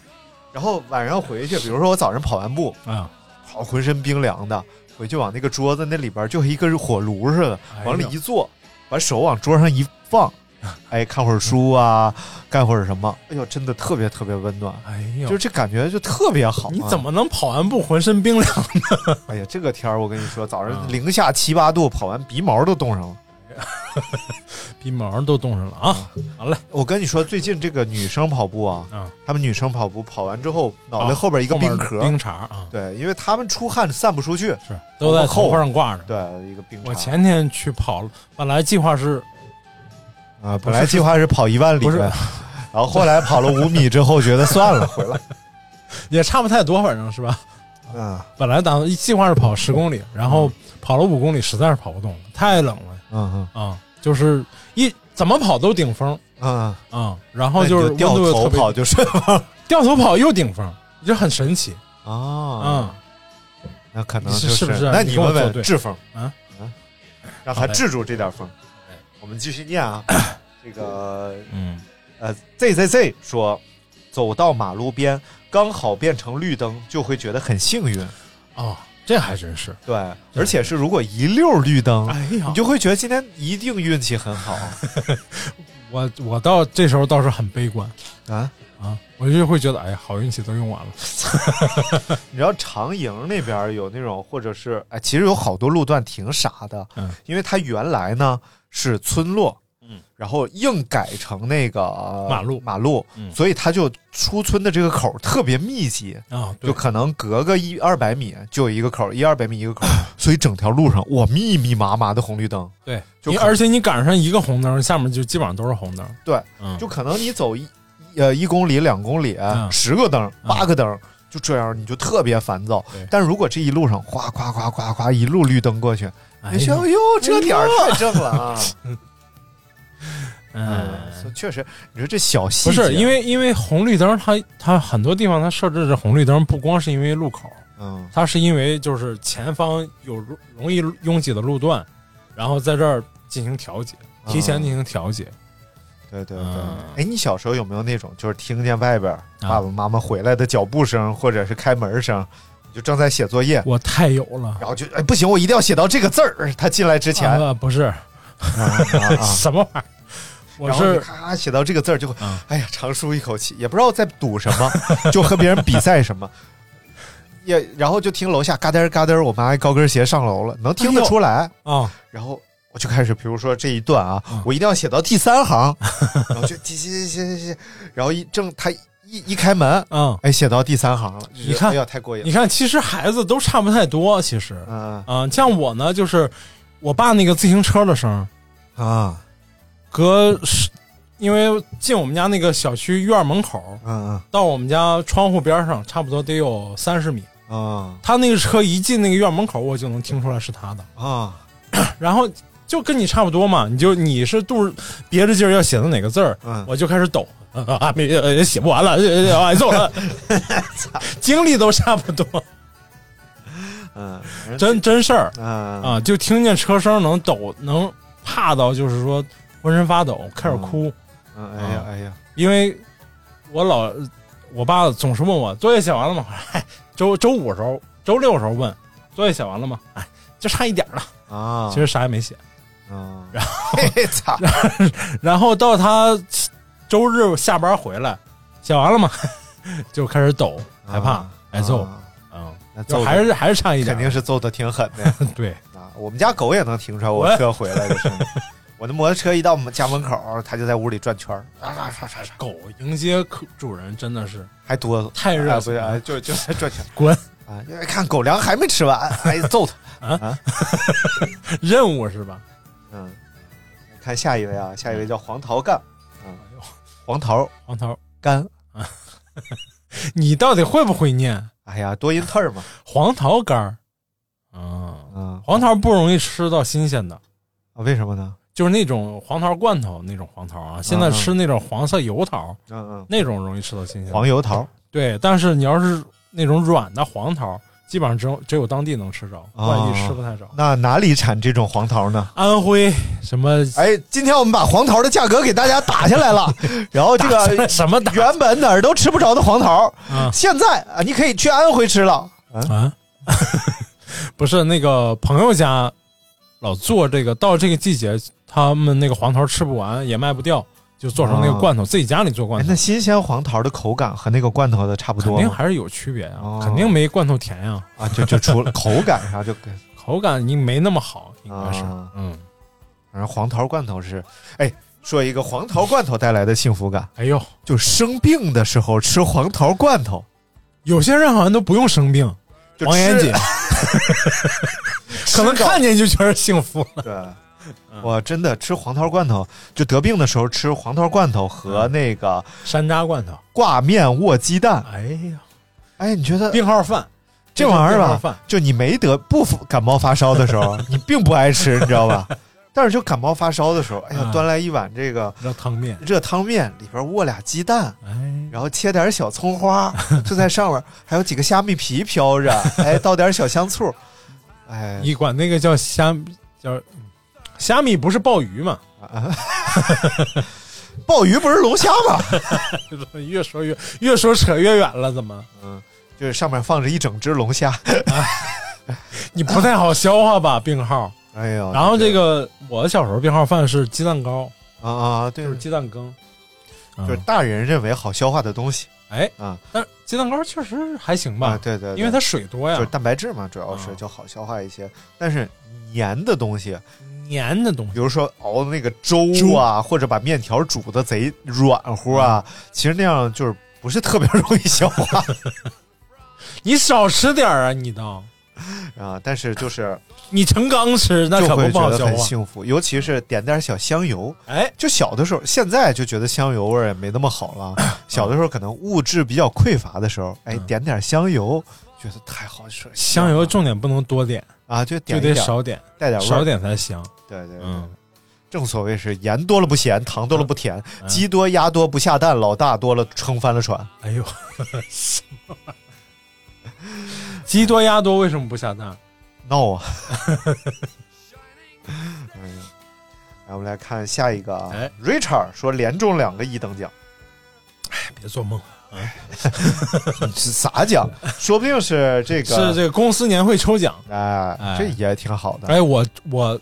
Speaker 8: 然后晚上回去，比如说我早上跑完步，
Speaker 9: 啊，
Speaker 8: 跑浑身冰凉的，回去往那个桌子那里边就和一个火炉似的，
Speaker 9: 哎呦
Speaker 8: 往里一坐，把手往桌上一放， 哎，看会儿书啊，干会儿什么，哎呦，真的特别特别温暖，
Speaker 9: 哎呦，
Speaker 8: 就是这感觉就特别好、啊
Speaker 9: 你怎？么能跑完步浑身冰凉？
Speaker 8: 哎呀，这个天儿我跟你说，早
Speaker 9: 啊
Speaker 8: 上零下七八度，跑完鼻毛都冻上了。
Speaker 9: 鼻毛都冻上了啊！
Speaker 8: 嗯
Speaker 9: 好嘞，
Speaker 8: 我跟你说，最近这个女生跑步啊，
Speaker 9: 啊，
Speaker 8: 她们女生跑步跑完之后，脑袋后边一个冰壳，
Speaker 9: 哦冰碴儿啊，
Speaker 8: 对，因为她们出汗散不出去，
Speaker 9: 是都在头发上挂着。
Speaker 8: 对，一个冰碴。
Speaker 9: 我前天去跑了，本来计划是
Speaker 8: 啊，本来计划是跑一万里
Speaker 9: 不是
Speaker 8: 呗，然后后来跑了五米之后，觉得算了，回来。
Speaker 9: 也差不太多，反正是吧。
Speaker 8: 嗯
Speaker 9: 本来打算计划是跑十公里，然后跑了五公里，实在是跑不动了，太冷了
Speaker 8: 嗯
Speaker 9: 啊！就是一怎么跑都顶风
Speaker 8: 嗯嗯，
Speaker 9: 啊，然
Speaker 8: 然
Speaker 9: 后就是温
Speaker 8: 掉
Speaker 9: 度又
Speaker 8: 头
Speaker 9: 特别
Speaker 8: 跑就顺风
Speaker 9: 掉头跑又顶风，就很神奇
Speaker 8: 啊。
Speaker 9: 啊！
Speaker 8: 那可能
Speaker 9: 你是
Speaker 8: 就是
Speaker 9: 不是啊
Speaker 8: 那
Speaker 9: 你
Speaker 8: 你
Speaker 9: 跟我
Speaker 8: 问
Speaker 9: 作
Speaker 8: 问
Speaker 9: 对
Speaker 8: 志峰嗯
Speaker 9: 啊哎
Speaker 8: 让他制住这点风。我们继续念啊，这个
Speaker 9: 嗯，
Speaker 8: 呃，Z Z Z 说，走到马路边刚好变成绿灯，就会觉得很幸运。
Speaker 9: 哦，这还真是，
Speaker 8: 对，而且是如果一溜绿灯，
Speaker 9: 哎呀
Speaker 8: 你就会觉得今天一定运气很 好
Speaker 9: 我我到这时候倒是很悲观
Speaker 8: 啊。
Speaker 9: 啊，我就会觉得哎呀，好运气都用完了。
Speaker 8: 你知道长营那边儿有那种，或者是哎，其实有好多路段挺傻的，
Speaker 9: 嗯，
Speaker 8: 因为它原来呢是村落，嗯，然后硬改成那个呃
Speaker 9: 马路
Speaker 8: 马路，
Speaker 9: 嗯
Speaker 8: 所以它就出村的这个口儿特别密集，
Speaker 9: 啊，对
Speaker 8: 就可能隔个一二百米就有一个口儿，一二百米一个口儿，所以整条路上哇密密麻麻的红绿灯，
Speaker 9: 对，
Speaker 8: 就
Speaker 9: 你
Speaker 8: 可
Speaker 9: 而且你赶上一个红灯，下面就基本上都是红灯。
Speaker 8: 对，
Speaker 9: 嗯，
Speaker 8: 就可能你走一呃一公里、两公里，
Speaker 9: 嗯
Speaker 8: 十个灯、八个灯。就这样，你就特别烦躁
Speaker 9: 对。
Speaker 8: 但如果这一路上哗哗哗哗哗一路绿灯过去，
Speaker 9: 哎
Speaker 8: 你觉
Speaker 9: 呦
Speaker 8: 得哟，这点儿太正了 啊！
Speaker 9: 嗯，
Speaker 8: 嗯，确实，你说这小细
Speaker 9: 不
Speaker 8: 节
Speaker 9: 是因为因为红绿灯它，它很多地方它设置这红绿灯，不光是因为路口，
Speaker 8: 嗯
Speaker 9: 它是因为就是前方有路容易拥挤的路段，然后在这儿进行调节，
Speaker 8: 啊
Speaker 9: 提前进行调节。
Speaker 8: 对对对
Speaker 9: 嗯。
Speaker 8: 哎，你小时候有没有那种就是听见外边爸
Speaker 9: 啊
Speaker 8: 爸妈妈回来的脚步声或者是开门声，你就正在写作业，
Speaker 9: 我太有了，
Speaker 8: 然后就哎不行，我一定要写到这个字儿，他进来之前，啊
Speaker 9: 啊 不是、
Speaker 8: 啊啊
Speaker 9: 什么玩意儿，我
Speaker 8: 然后你
Speaker 9: 是
Speaker 8: 咔写到这个字儿就会
Speaker 9: 嗯，
Speaker 8: 哎呀，长舒一口气，也不知道在赌什么，就和别人比赛 什么，也然后就听楼下嘎噔儿嘎噔儿，我妈高跟鞋上楼了，能听得出来。
Speaker 9: 啊
Speaker 8: 然后我就开始，比如说这一段啊，
Speaker 9: 嗯
Speaker 8: 我一定要写到第三 行，然后就写写写写写，然后一正他一一开门，
Speaker 9: 嗯，
Speaker 8: 哎，写到第三行了，
Speaker 9: 你看
Speaker 8: 哎呀，太过瘾
Speaker 9: 你
Speaker 8: 了，
Speaker 9: 看，其实孩子都差不太多，其实，
Speaker 8: 嗯
Speaker 9: 嗯、像我呢，就是我爸那个自行车的声儿，
Speaker 8: 啊，
Speaker 9: 隔十，因为进我们家那个小区院门口
Speaker 8: 嗯
Speaker 9: 到我们家窗户边上，差不多得有三十米。
Speaker 8: 嗯嗯啊
Speaker 9: 他那个车一进那个院门口，我就能听出来是他的。
Speaker 8: 啊
Speaker 9: 然后就跟你差不多嘛，你就你是肚儿憋着劲儿要写到哪个字儿，
Speaker 8: 嗯
Speaker 9: 我就开始抖， 啊，没呃写不完了，呃挨 揍了，经历都差不多，
Speaker 8: 嗯，
Speaker 9: 真真事儿
Speaker 8: 啊
Speaker 9: 啊，就听见车声能抖，能怕到就是说浑身发抖，开始哭，
Speaker 8: 嗯，哎
Speaker 9: 啊
Speaker 8: 呀哎呀，
Speaker 9: 因为我老我爸总是问我作业写完了吗？ 哎，周周五的时候，周六的时候问作业写完了吗？哎，就差一点了，
Speaker 8: 啊，
Speaker 9: 其实啥也没写。
Speaker 8: 啊，然 后操，
Speaker 9: 然后到他周日下班回来，写完了吗？ 就开始抖，害怕
Speaker 8: 啊
Speaker 9: 挨揍，
Speaker 8: 啊
Speaker 9: 嗯，
Speaker 8: 那揍
Speaker 9: 就
Speaker 8: 得
Speaker 9: 还是还是差一点，
Speaker 8: 肯定是揍的挺狠 的
Speaker 9: 对，
Speaker 8: 啊。我们家狗也能听出来我
Speaker 9: 喂
Speaker 8: 车回来的声音，我的摩托车一到我们家门口，它就在屋里转圈儿，
Speaker 9: 狗迎接客主人真的是
Speaker 8: 还哆嗦，
Speaker 9: 太热
Speaker 8: 啊不
Speaker 9: 情
Speaker 8: 是，
Speaker 9: 了
Speaker 8: 啊就 就在转圈
Speaker 9: 滚，
Speaker 8: 儿啊，因为看狗粮还没吃 完，哎，揍它。
Speaker 9: 任务是吧？
Speaker 8: 嗯，看下一位啊，下一位叫黄桃干，嗯， 黄桃
Speaker 9: 黄桃，
Speaker 8: 干，
Speaker 9: 你到底会不会念
Speaker 8: 哎呀，多音字儿嘛，
Speaker 9: 黄桃干儿？嗯，
Speaker 8: 嗯，
Speaker 9: 黄桃不容易吃到新鲜的，
Speaker 8: 啊为什么呢？
Speaker 9: 就是那种黄桃罐头那种黄桃啊。现在
Speaker 8: 嗯
Speaker 9: 吃那种黄色油桃，
Speaker 8: 嗯
Speaker 9: 那种容易吃到新
Speaker 8: 嗯，
Speaker 9: 鲜的。
Speaker 8: 黄油桃
Speaker 9: 对，但是你要是那种软的黄桃，基本上只有只有当地能吃着，外地吃不太着。
Speaker 8: 那哪里产这种黄桃呢？
Speaker 9: 安徽什么？
Speaker 8: 哎，今天我们把黄桃的价格给大家打下来 了，然后这个
Speaker 9: 什么大
Speaker 8: 原本哪儿都吃不着的黄桃，
Speaker 9: 啊
Speaker 8: 现在啊你可以去安徽吃了。
Speaker 9: 啊？ 不是那个朋友家老做这个，到这个季节他们那个黄桃吃不完也卖不掉，就做成那个罐头，自己家里做
Speaker 8: 哦哎
Speaker 9: 罐，头
Speaker 8: 那，新鲜黄桃的口感和那个罐头的差不
Speaker 9: 肯
Speaker 8: 多
Speaker 9: 定
Speaker 8: 吗
Speaker 9: 还是有区别呀、啊
Speaker 8: 哦
Speaker 9: 肯定没罐头甜呀、
Speaker 8: 啊，就就除了口感上就跟，
Speaker 9: 口感你没那么好，应该是，
Speaker 8: 啊
Speaker 9: 嗯，
Speaker 8: 反正黄桃罐头是，哎，说一个黄桃罐头带来的幸福感，
Speaker 9: 哎呦，
Speaker 8: 就生病的时候吃黄桃罐头，
Speaker 9: 有些人好像都不用生病，
Speaker 8: 就
Speaker 9: 王岩
Speaker 8: 吃
Speaker 9: 姐 可能看见就觉得幸福 了。
Speaker 8: 对，我真的吃黄桃罐头，就得病的时候吃黄桃罐头和
Speaker 9: 嗯
Speaker 8: 那个
Speaker 9: 山楂罐头，
Speaker 8: 挂面卧鸡蛋，
Speaker 9: 哎呀，
Speaker 8: 哎，你觉得
Speaker 9: 病号饭，
Speaker 8: 这玩意儿
Speaker 9: 病号
Speaker 8: 吧
Speaker 9: 饭，
Speaker 8: 就你没得不感冒发烧的时 候，你并不爱吃，你知道吧？但是就感冒发烧的时候，哎呀，
Speaker 9: 嗯
Speaker 8: 端来一碗这个
Speaker 9: 热汤面，
Speaker 8: 热汤面，里边卧俩鸡蛋，
Speaker 9: 哎，
Speaker 8: 然后切点小葱 花，就在上面，还有几个虾米皮飘着，哎，倒点小香醋，哎，
Speaker 9: 你管那个叫虾叫虾米不是鲍鱼吗？
Speaker 8: 鲍鱼不是龙虾吗？
Speaker 9: 越说越越说扯越远了，怎么？
Speaker 8: 就是上面放着一整只龙虾，
Speaker 9: 你不太好消化吧？病号。
Speaker 8: 哎呦，
Speaker 9: 然后这个我小时候病号饭是鸡蛋糕，
Speaker 8: 啊啊，对，
Speaker 9: 就是鸡蛋羹。
Speaker 8: 就是
Speaker 9: 嗯
Speaker 8: 大人认为好消化的东西
Speaker 9: 哎，
Speaker 8: 啊
Speaker 9: 但是鸡蛋糕确实还行
Speaker 8: 啊，
Speaker 9: 吧，
Speaker 8: 对对，对
Speaker 9: 因为它水多
Speaker 8: 就是
Speaker 9: 呀，
Speaker 8: 蛋白质嘛，主要是
Speaker 9: 嗯
Speaker 8: 就好消化一些。但是黏的东西，
Speaker 9: 黏的东西
Speaker 8: 比如说熬那个粥啊，或者把面条煮的贼软乎啊，
Speaker 9: 嗯
Speaker 8: 其实那样就是不是特别容易消化
Speaker 9: 你少吃点儿啊，你倒，
Speaker 8: 啊。但是就是
Speaker 9: 你成刚吃 那
Speaker 8: 就
Speaker 9: 可
Speaker 8: 会
Speaker 9: 不不
Speaker 8: 觉
Speaker 9: 好
Speaker 8: 得
Speaker 9: 消
Speaker 8: 很
Speaker 9: 化。
Speaker 8: 幸福，尤其是点点小香油。
Speaker 9: 哎，
Speaker 8: 就小的时候，现在就觉得香油味儿也没那么好了。小的时候可能物质比较匮乏的时候，哎，
Speaker 9: 嗯
Speaker 8: 点点香油，觉得太好吃了。
Speaker 9: 香油重点不能多点，
Speaker 8: 啊，就点
Speaker 9: 就
Speaker 8: 一
Speaker 9: 得
Speaker 8: 点，
Speaker 9: 少点，
Speaker 8: 带点味儿
Speaker 9: 少。点才香。
Speaker 8: 对对，对
Speaker 9: 嗯，
Speaker 8: 正所谓是盐多了不咸，糖多了不甜，
Speaker 9: 嗯
Speaker 8: 鸡多鸭多不下蛋，老大多了撑翻了船。
Speaker 9: 哎呦， 什么玩意儿鸡多鸭多为什么不下蛋？
Speaker 8: 闹 啊！哎呀，来我们来看下一个啊、
Speaker 9: 哎
Speaker 8: r i c h a r d 说连中两个一等奖，
Speaker 9: 别做梦，
Speaker 8: 是啥 奖？说不定是这个，
Speaker 9: 是这个公司年会抽奖。
Speaker 8: 哎，
Speaker 9: 哎
Speaker 8: 这也挺好的。
Speaker 9: 哎，我我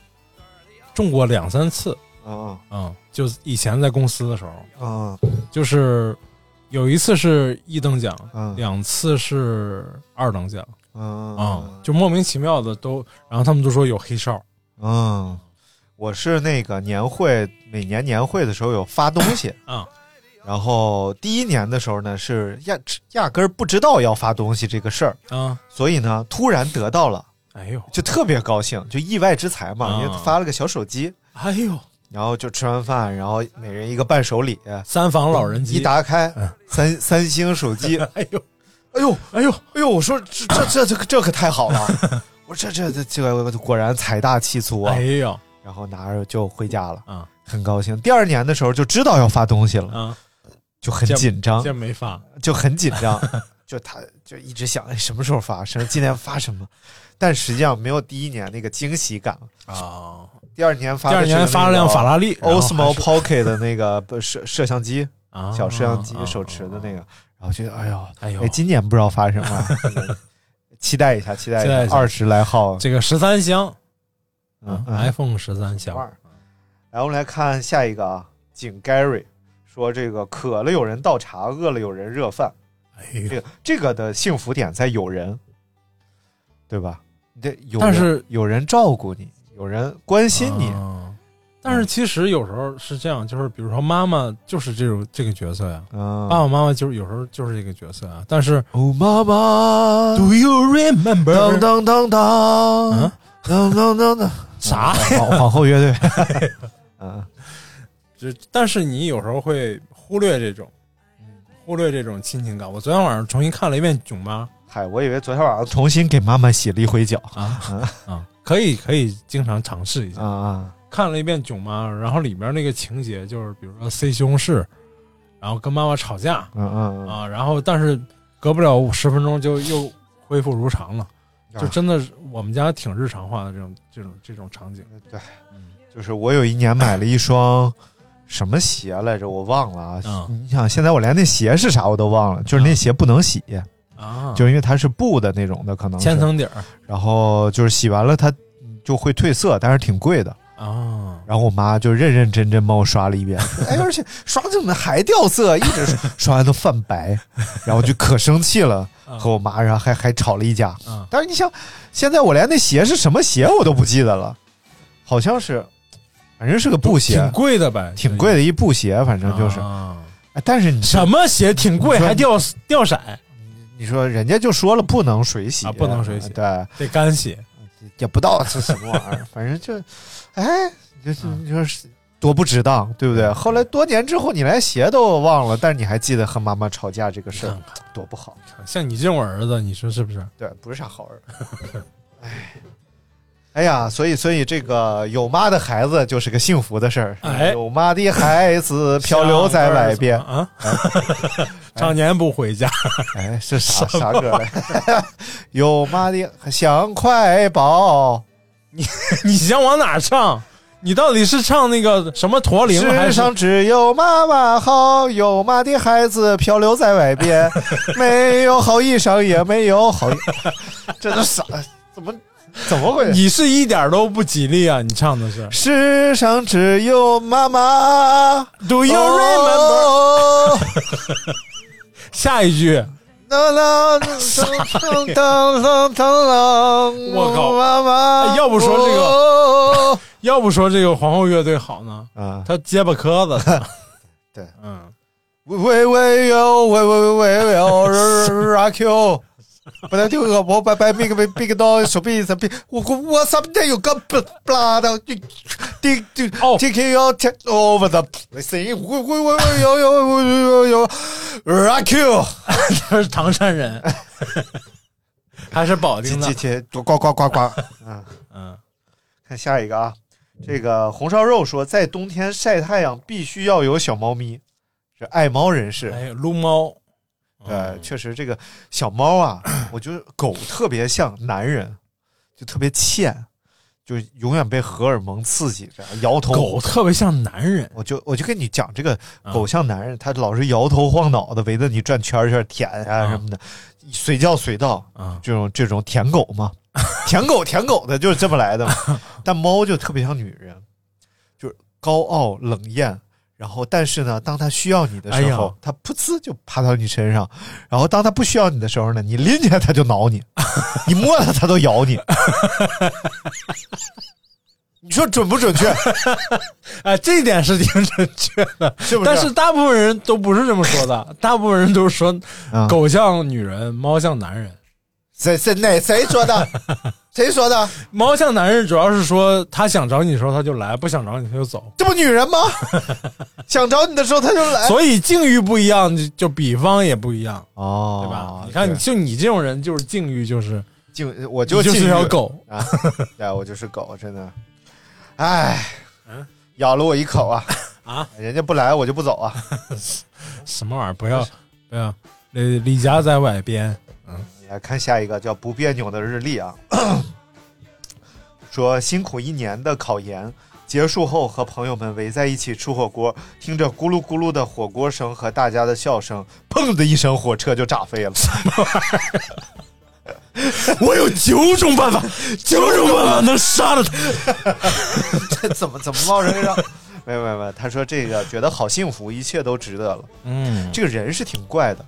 Speaker 9: 中过两三次，
Speaker 8: 嗯
Speaker 9: 嗯，就是以前在公司的时候，
Speaker 8: 嗯
Speaker 9: 就是有一次是一等奖，
Speaker 8: 嗯
Speaker 9: 两次是二等奖，
Speaker 8: 嗯
Speaker 9: 啊、就莫名其妙的都，然后他们都说有黑哨，
Speaker 8: 嗯，我是那个年会，每年年会的时候有发东 西
Speaker 9: 啊。
Speaker 8: 然后第一年的时候呢，是压压根儿不知道要发东西这个事儿，
Speaker 9: 啊，
Speaker 8: 所以呢，突然得到了，
Speaker 9: 哎呦，
Speaker 8: 就特别高兴，就意外之财嘛，
Speaker 9: 啊
Speaker 8: 因为发了个小手机，
Speaker 9: 哎呦，
Speaker 8: 然后就吃完饭，然后每人一个伴手礼，
Speaker 9: 三房老人机，
Speaker 8: 一打开
Speaker 9: 嗯
Speaker 8: 三三星手 机，
Speaker 9: 哎呦，
Speaker 8: 哎呦
Speaker 9: 哎呦，
Speaker 8: 哎呦，我说这 这这这这可太好了，我说这这这这果然财大气粗啊
Speaker 9: 哎，呦，
Speaker 8: 然然后拿着就回家了，
Speaker 9: 啊
Speaker 8: 很高兴。第二年的时候就知道要发东西了，
Speaker 9: 啊，
Speaker 8: 就很
Speaker 9: 见
Speaker 8: 紧张，
Speaker 9: 这没发，
Speaker 8: 就很紧 张，就他就一直想哎什么时候发，什么今年发什么，但实际上没有第一年那个惊喜感
Speaker 9: 啊。
Speaker 8: 第二年发
Speaker 9: 第
Speaker 8: 的
Speaker 9: 二
Speaker 8: 是
Speaker 9: 年发了辆法拉利
Speaker 8: Osmo Pocket 的那个不摄摄像机，
Speaker 9: 啊
Speaker 8: 小摄像机
Speaker 9: 啊
Speaker 8: 手持的那个，然后觉得哎呦，
Speaker 9: 哎呦
Speaker 8: 哎，今年不知道发什么， 期待一下，期待
Speaker 9: 期待
Speaker 8: 一
Speaker 9: 一
Speaker 8: 下，
Speaker 9: 下
Speaker 8: 二十来号，
Speaker 9: 这个十三香
Speaker 8: 嗯嗯
Speaker 9: i p h o n e 十三香，
Speaker 8: 二。来，我们来看下一个啊，景 Gary 说这个渴了有人倒茶，饿了有人热饭，
Speaker 9: 哎
Speaker 8: 这
Speaker 9: 呦，
Speaker 8: 个这个的幸福点在有人，对吧？你得有人，
Speaker 9: 但是
Speaker 8: 有人照顾你，有人关心你，
Speaker 9: 啊但
Speaker 8: 嗯
Speaker 9: 是其实有时候是这样，就是比如说妈妈就是这种这个角色呀，
Speaker 8: 嗯，
Speaker 9: 爸爸妈妈就是有时候就是这个角色啊。但是
Speaker 8: 哦，妈妈，
Speaker 9: Do you remember？
Speaker 8: 当当当当
Speaker 9: 嗯，
Speaker 8: 当当当 当，
Speaker 9: 啥？
Speaker 8: 皇皇后乐队，嗯，
Speaker 9: 就但是你有时候会忽略这种，
Speaker 8: 嗯
Speaker 9: 忽略这种亲情感。我昨天晚上重新看了一遍《囧妈
Speaker 8: 嗨，我以为昨天晚上重新给妈妈洗了一回脚》
Speaker 9: 啊啊，可以可以经常尝试一下。
Speaker 8: 啊，
Speaker 9: 看了一遍《囧妈》，然后里面那个情节就是，比如说 C 西红柿，然后跟妈妈吵架
Speaker 8: 嗯嗯嗯，
Speaker 9: 啊，然后但是隔不了十分钟就又恢复如常了，
Speaker 8: 啊
Speaker 9: 就真的是我们家挺日常化的这种这种这种场景。
Speaker 8: 就是我有一年买了一双什么鞋来着，我忘了啊。
Speaker 9: 嗯
Speaker 8: 你想，现在我连那鞋是啥我都忘了，就是那鞋不能洗，
Speaker 9: 啊，
Speaker 8: 嗯就是因为它是布的那种的，可能是
Speaker 9: 千层底儿
Speaker 8: 然后就是洗完了它就会褪色，但是挺贵的。
Speaker 9: 啊，
Speaker 8: 然后我妈就认认真真帮我刷了一遍， 哎，而且刷怎么还掉色，一直刷 刷完都泛白，然后我就可生气了，和我妈，然后还还吵了一架。
Speaker 9: 嗯
Speaker 8: 但是你想，现在我连那鞋是什么鞋我都不记得了，好像是，反正是个布鞋，
Speaker 9: 挺贵的呗，
Speaker 8: 挺贵的一布鞋，反正就是。
Speaker 9: 啊
Speaker 8: 哎但是你
Speaker 9: 什么鞋挺贵
Speaker 8: 你说
Speaker 9: 还掉掉色，
Speaker 8: 你说人家就说了不能水洗
Speaker 9: 啊不能水洗
Speaker 8: 对，
Speaker 9: 得干洗
Speaker 8: 也不知道是什么玩意儿，反正就，哎，就是你说是多不值当，对不对？后来多年之后，你连鞋都忘了，但是你还记得和妈妈吵架这个事儿
Speaker 9: 看，
Speaker 8: 多不好。
Speaker 9: 像你这种儿子，你说是不是？
Speaker 8: 对，不是啥好人。哎，哎呀，所以所以这个有妈的孩子就是个幸福的事儿。
Speaker 9: 哎
Speaker 8: 有妈的孩子漂流在外边。
Speaker 9: 啊， 常年不回家。
Speaker 8: 哎，是啥啥歌来？ 有妈的想快跑，
Speaker 9: 你想往哪唱？你到底是唱那个什么驼铃还
Speaker 8: 世
Speaker 9: 是
Speaker 8: 上只有妈妈好，有妈的孩子漂流在外边， 没有好衣裳，也没有好， 这都啥？怎么怎么回事？
Speaker 9: 你是一点都不吉利啊！你唱的是
Speaker 8: 世上只有妈妈。
Speaker 9: Do you
Speaker 8: Oh
Speaker 9: remember？
Speaker 8: remember？
Speaker 9: 下一句
Speaker 8: 当当当当当当！
Speaker 9: 我靠
Speaker 8: 妈妈，哦
Speaker 9: 哎要不说这个
Speaker 8: 个
Speaker 9: 要不说这个皇后乐队好呢？
Speaker 8: 啊，
Speaker 9: 他结巴磕子。
Speaker 8: 对，
Speaker 9: 嗯，
Speaker 8: 喂喂哟，喂喂喂喂哟，阿 Q，不能丢个我拜拜那个那个刀手臂怎么我我我上面有个不不拉的，就这这 take your t over the，谁喂喂喂喂哟哟哟哟哟，阿 Q，
Speaker 9: 他是唐山人， 还是保
Speaker 8: 这
Speaker 9: 定
Speaker 8: 这
Speaker 9: 的？
Speaker 8: 这呱呱呱呱，嗯
Speaker 9: 嗯，
Speaker 8: 看下一个啊，这个红烧肉说在冬天晒太阳必须要有小猫咪，是爱猫人士。
Speaker 9: 哎，撸猫。
Speaker 8: 对，确实这个小猫啊，我觉得狗特别像男人，就特别欠，就永远被荷尔蒙刺激着，摇头。
Speaker 9: 狗特别像男人，
Speaker 8: 我就我就跟你讲，这个
Speaker 9: 啊
Speaker 8: 狗像男人，它老是摇头晃脑的，围着你转圈儿圈儿，舔啊
Speaker 9: 啊
Speaker 8: 什么的，随叫随到
Speaker 9: 啊
Speaker 8: 这种这种舔狗 嘛，舔狗舔狗的就是这么来的嘛。但猫就特别像女人，就是高傲冷艳，然后但是呢，当它需要你的
Speaker 9: 哎
Speaker 8: 时
Speaker 9: 呀
Speaker 8: 候，它噗呲就爬到你身上，然后当它不需要你的时候呢，你拎起来它就挠你，你摸它它都咬你。你说准不准确？
Speaker 9: 哎，这一点是挺准确的，
Speaker 8: 是不是
Speaker 9: 但是大部分人都不是这么说的，大部分人都是说
Speaker 8: 啊
Speaker 9: 狗像女人，猫像男人。
Speaker 8: 谁谁哪谁说的？谁说的？
Speaker 9: 猫像男人主要是说他想找你的时候他就来，不想找你他就走。
Speaker 8: 这不女人吗？ 想找你的时候她就来。
Speaker 9: 所以境遇不一样，就就比方也不一样，
Speaker 8: 哦
Speaker 9: 对吧？你看，就你这种人，就是境遇就是
Speaker 8: 就我就
Speaker 9: 你就是
Speaker 8: 进去
Speaker 9: 条狗
Speaker 8: 啊！对，我就是狗，真的。哎，咬了我一口啊！
Speaker 9: 啊，
Speaker 8: 人家不来我就不走啊！
Speaker 9: 什么玩意儿？不要不要，李李家在外边，
Speaker 8: 来看下一个叫不别扭的日历啊， 说辛苦一年的考研结束后，和朋友们围在一起吃火锅，听着咕噜咕噜的火锅声和大家的笑声，砰的一声，火车就炸飞了。
Speaker 9: 我有九种办法，九种办法能杀了他。
Speaker 8: 这怎么怎么冒这个？没有没有没有，他说这个觉得好幸福，一切都值得了。
Speaker 9: 嗯
Speaker 8: 这个人是挺怪的，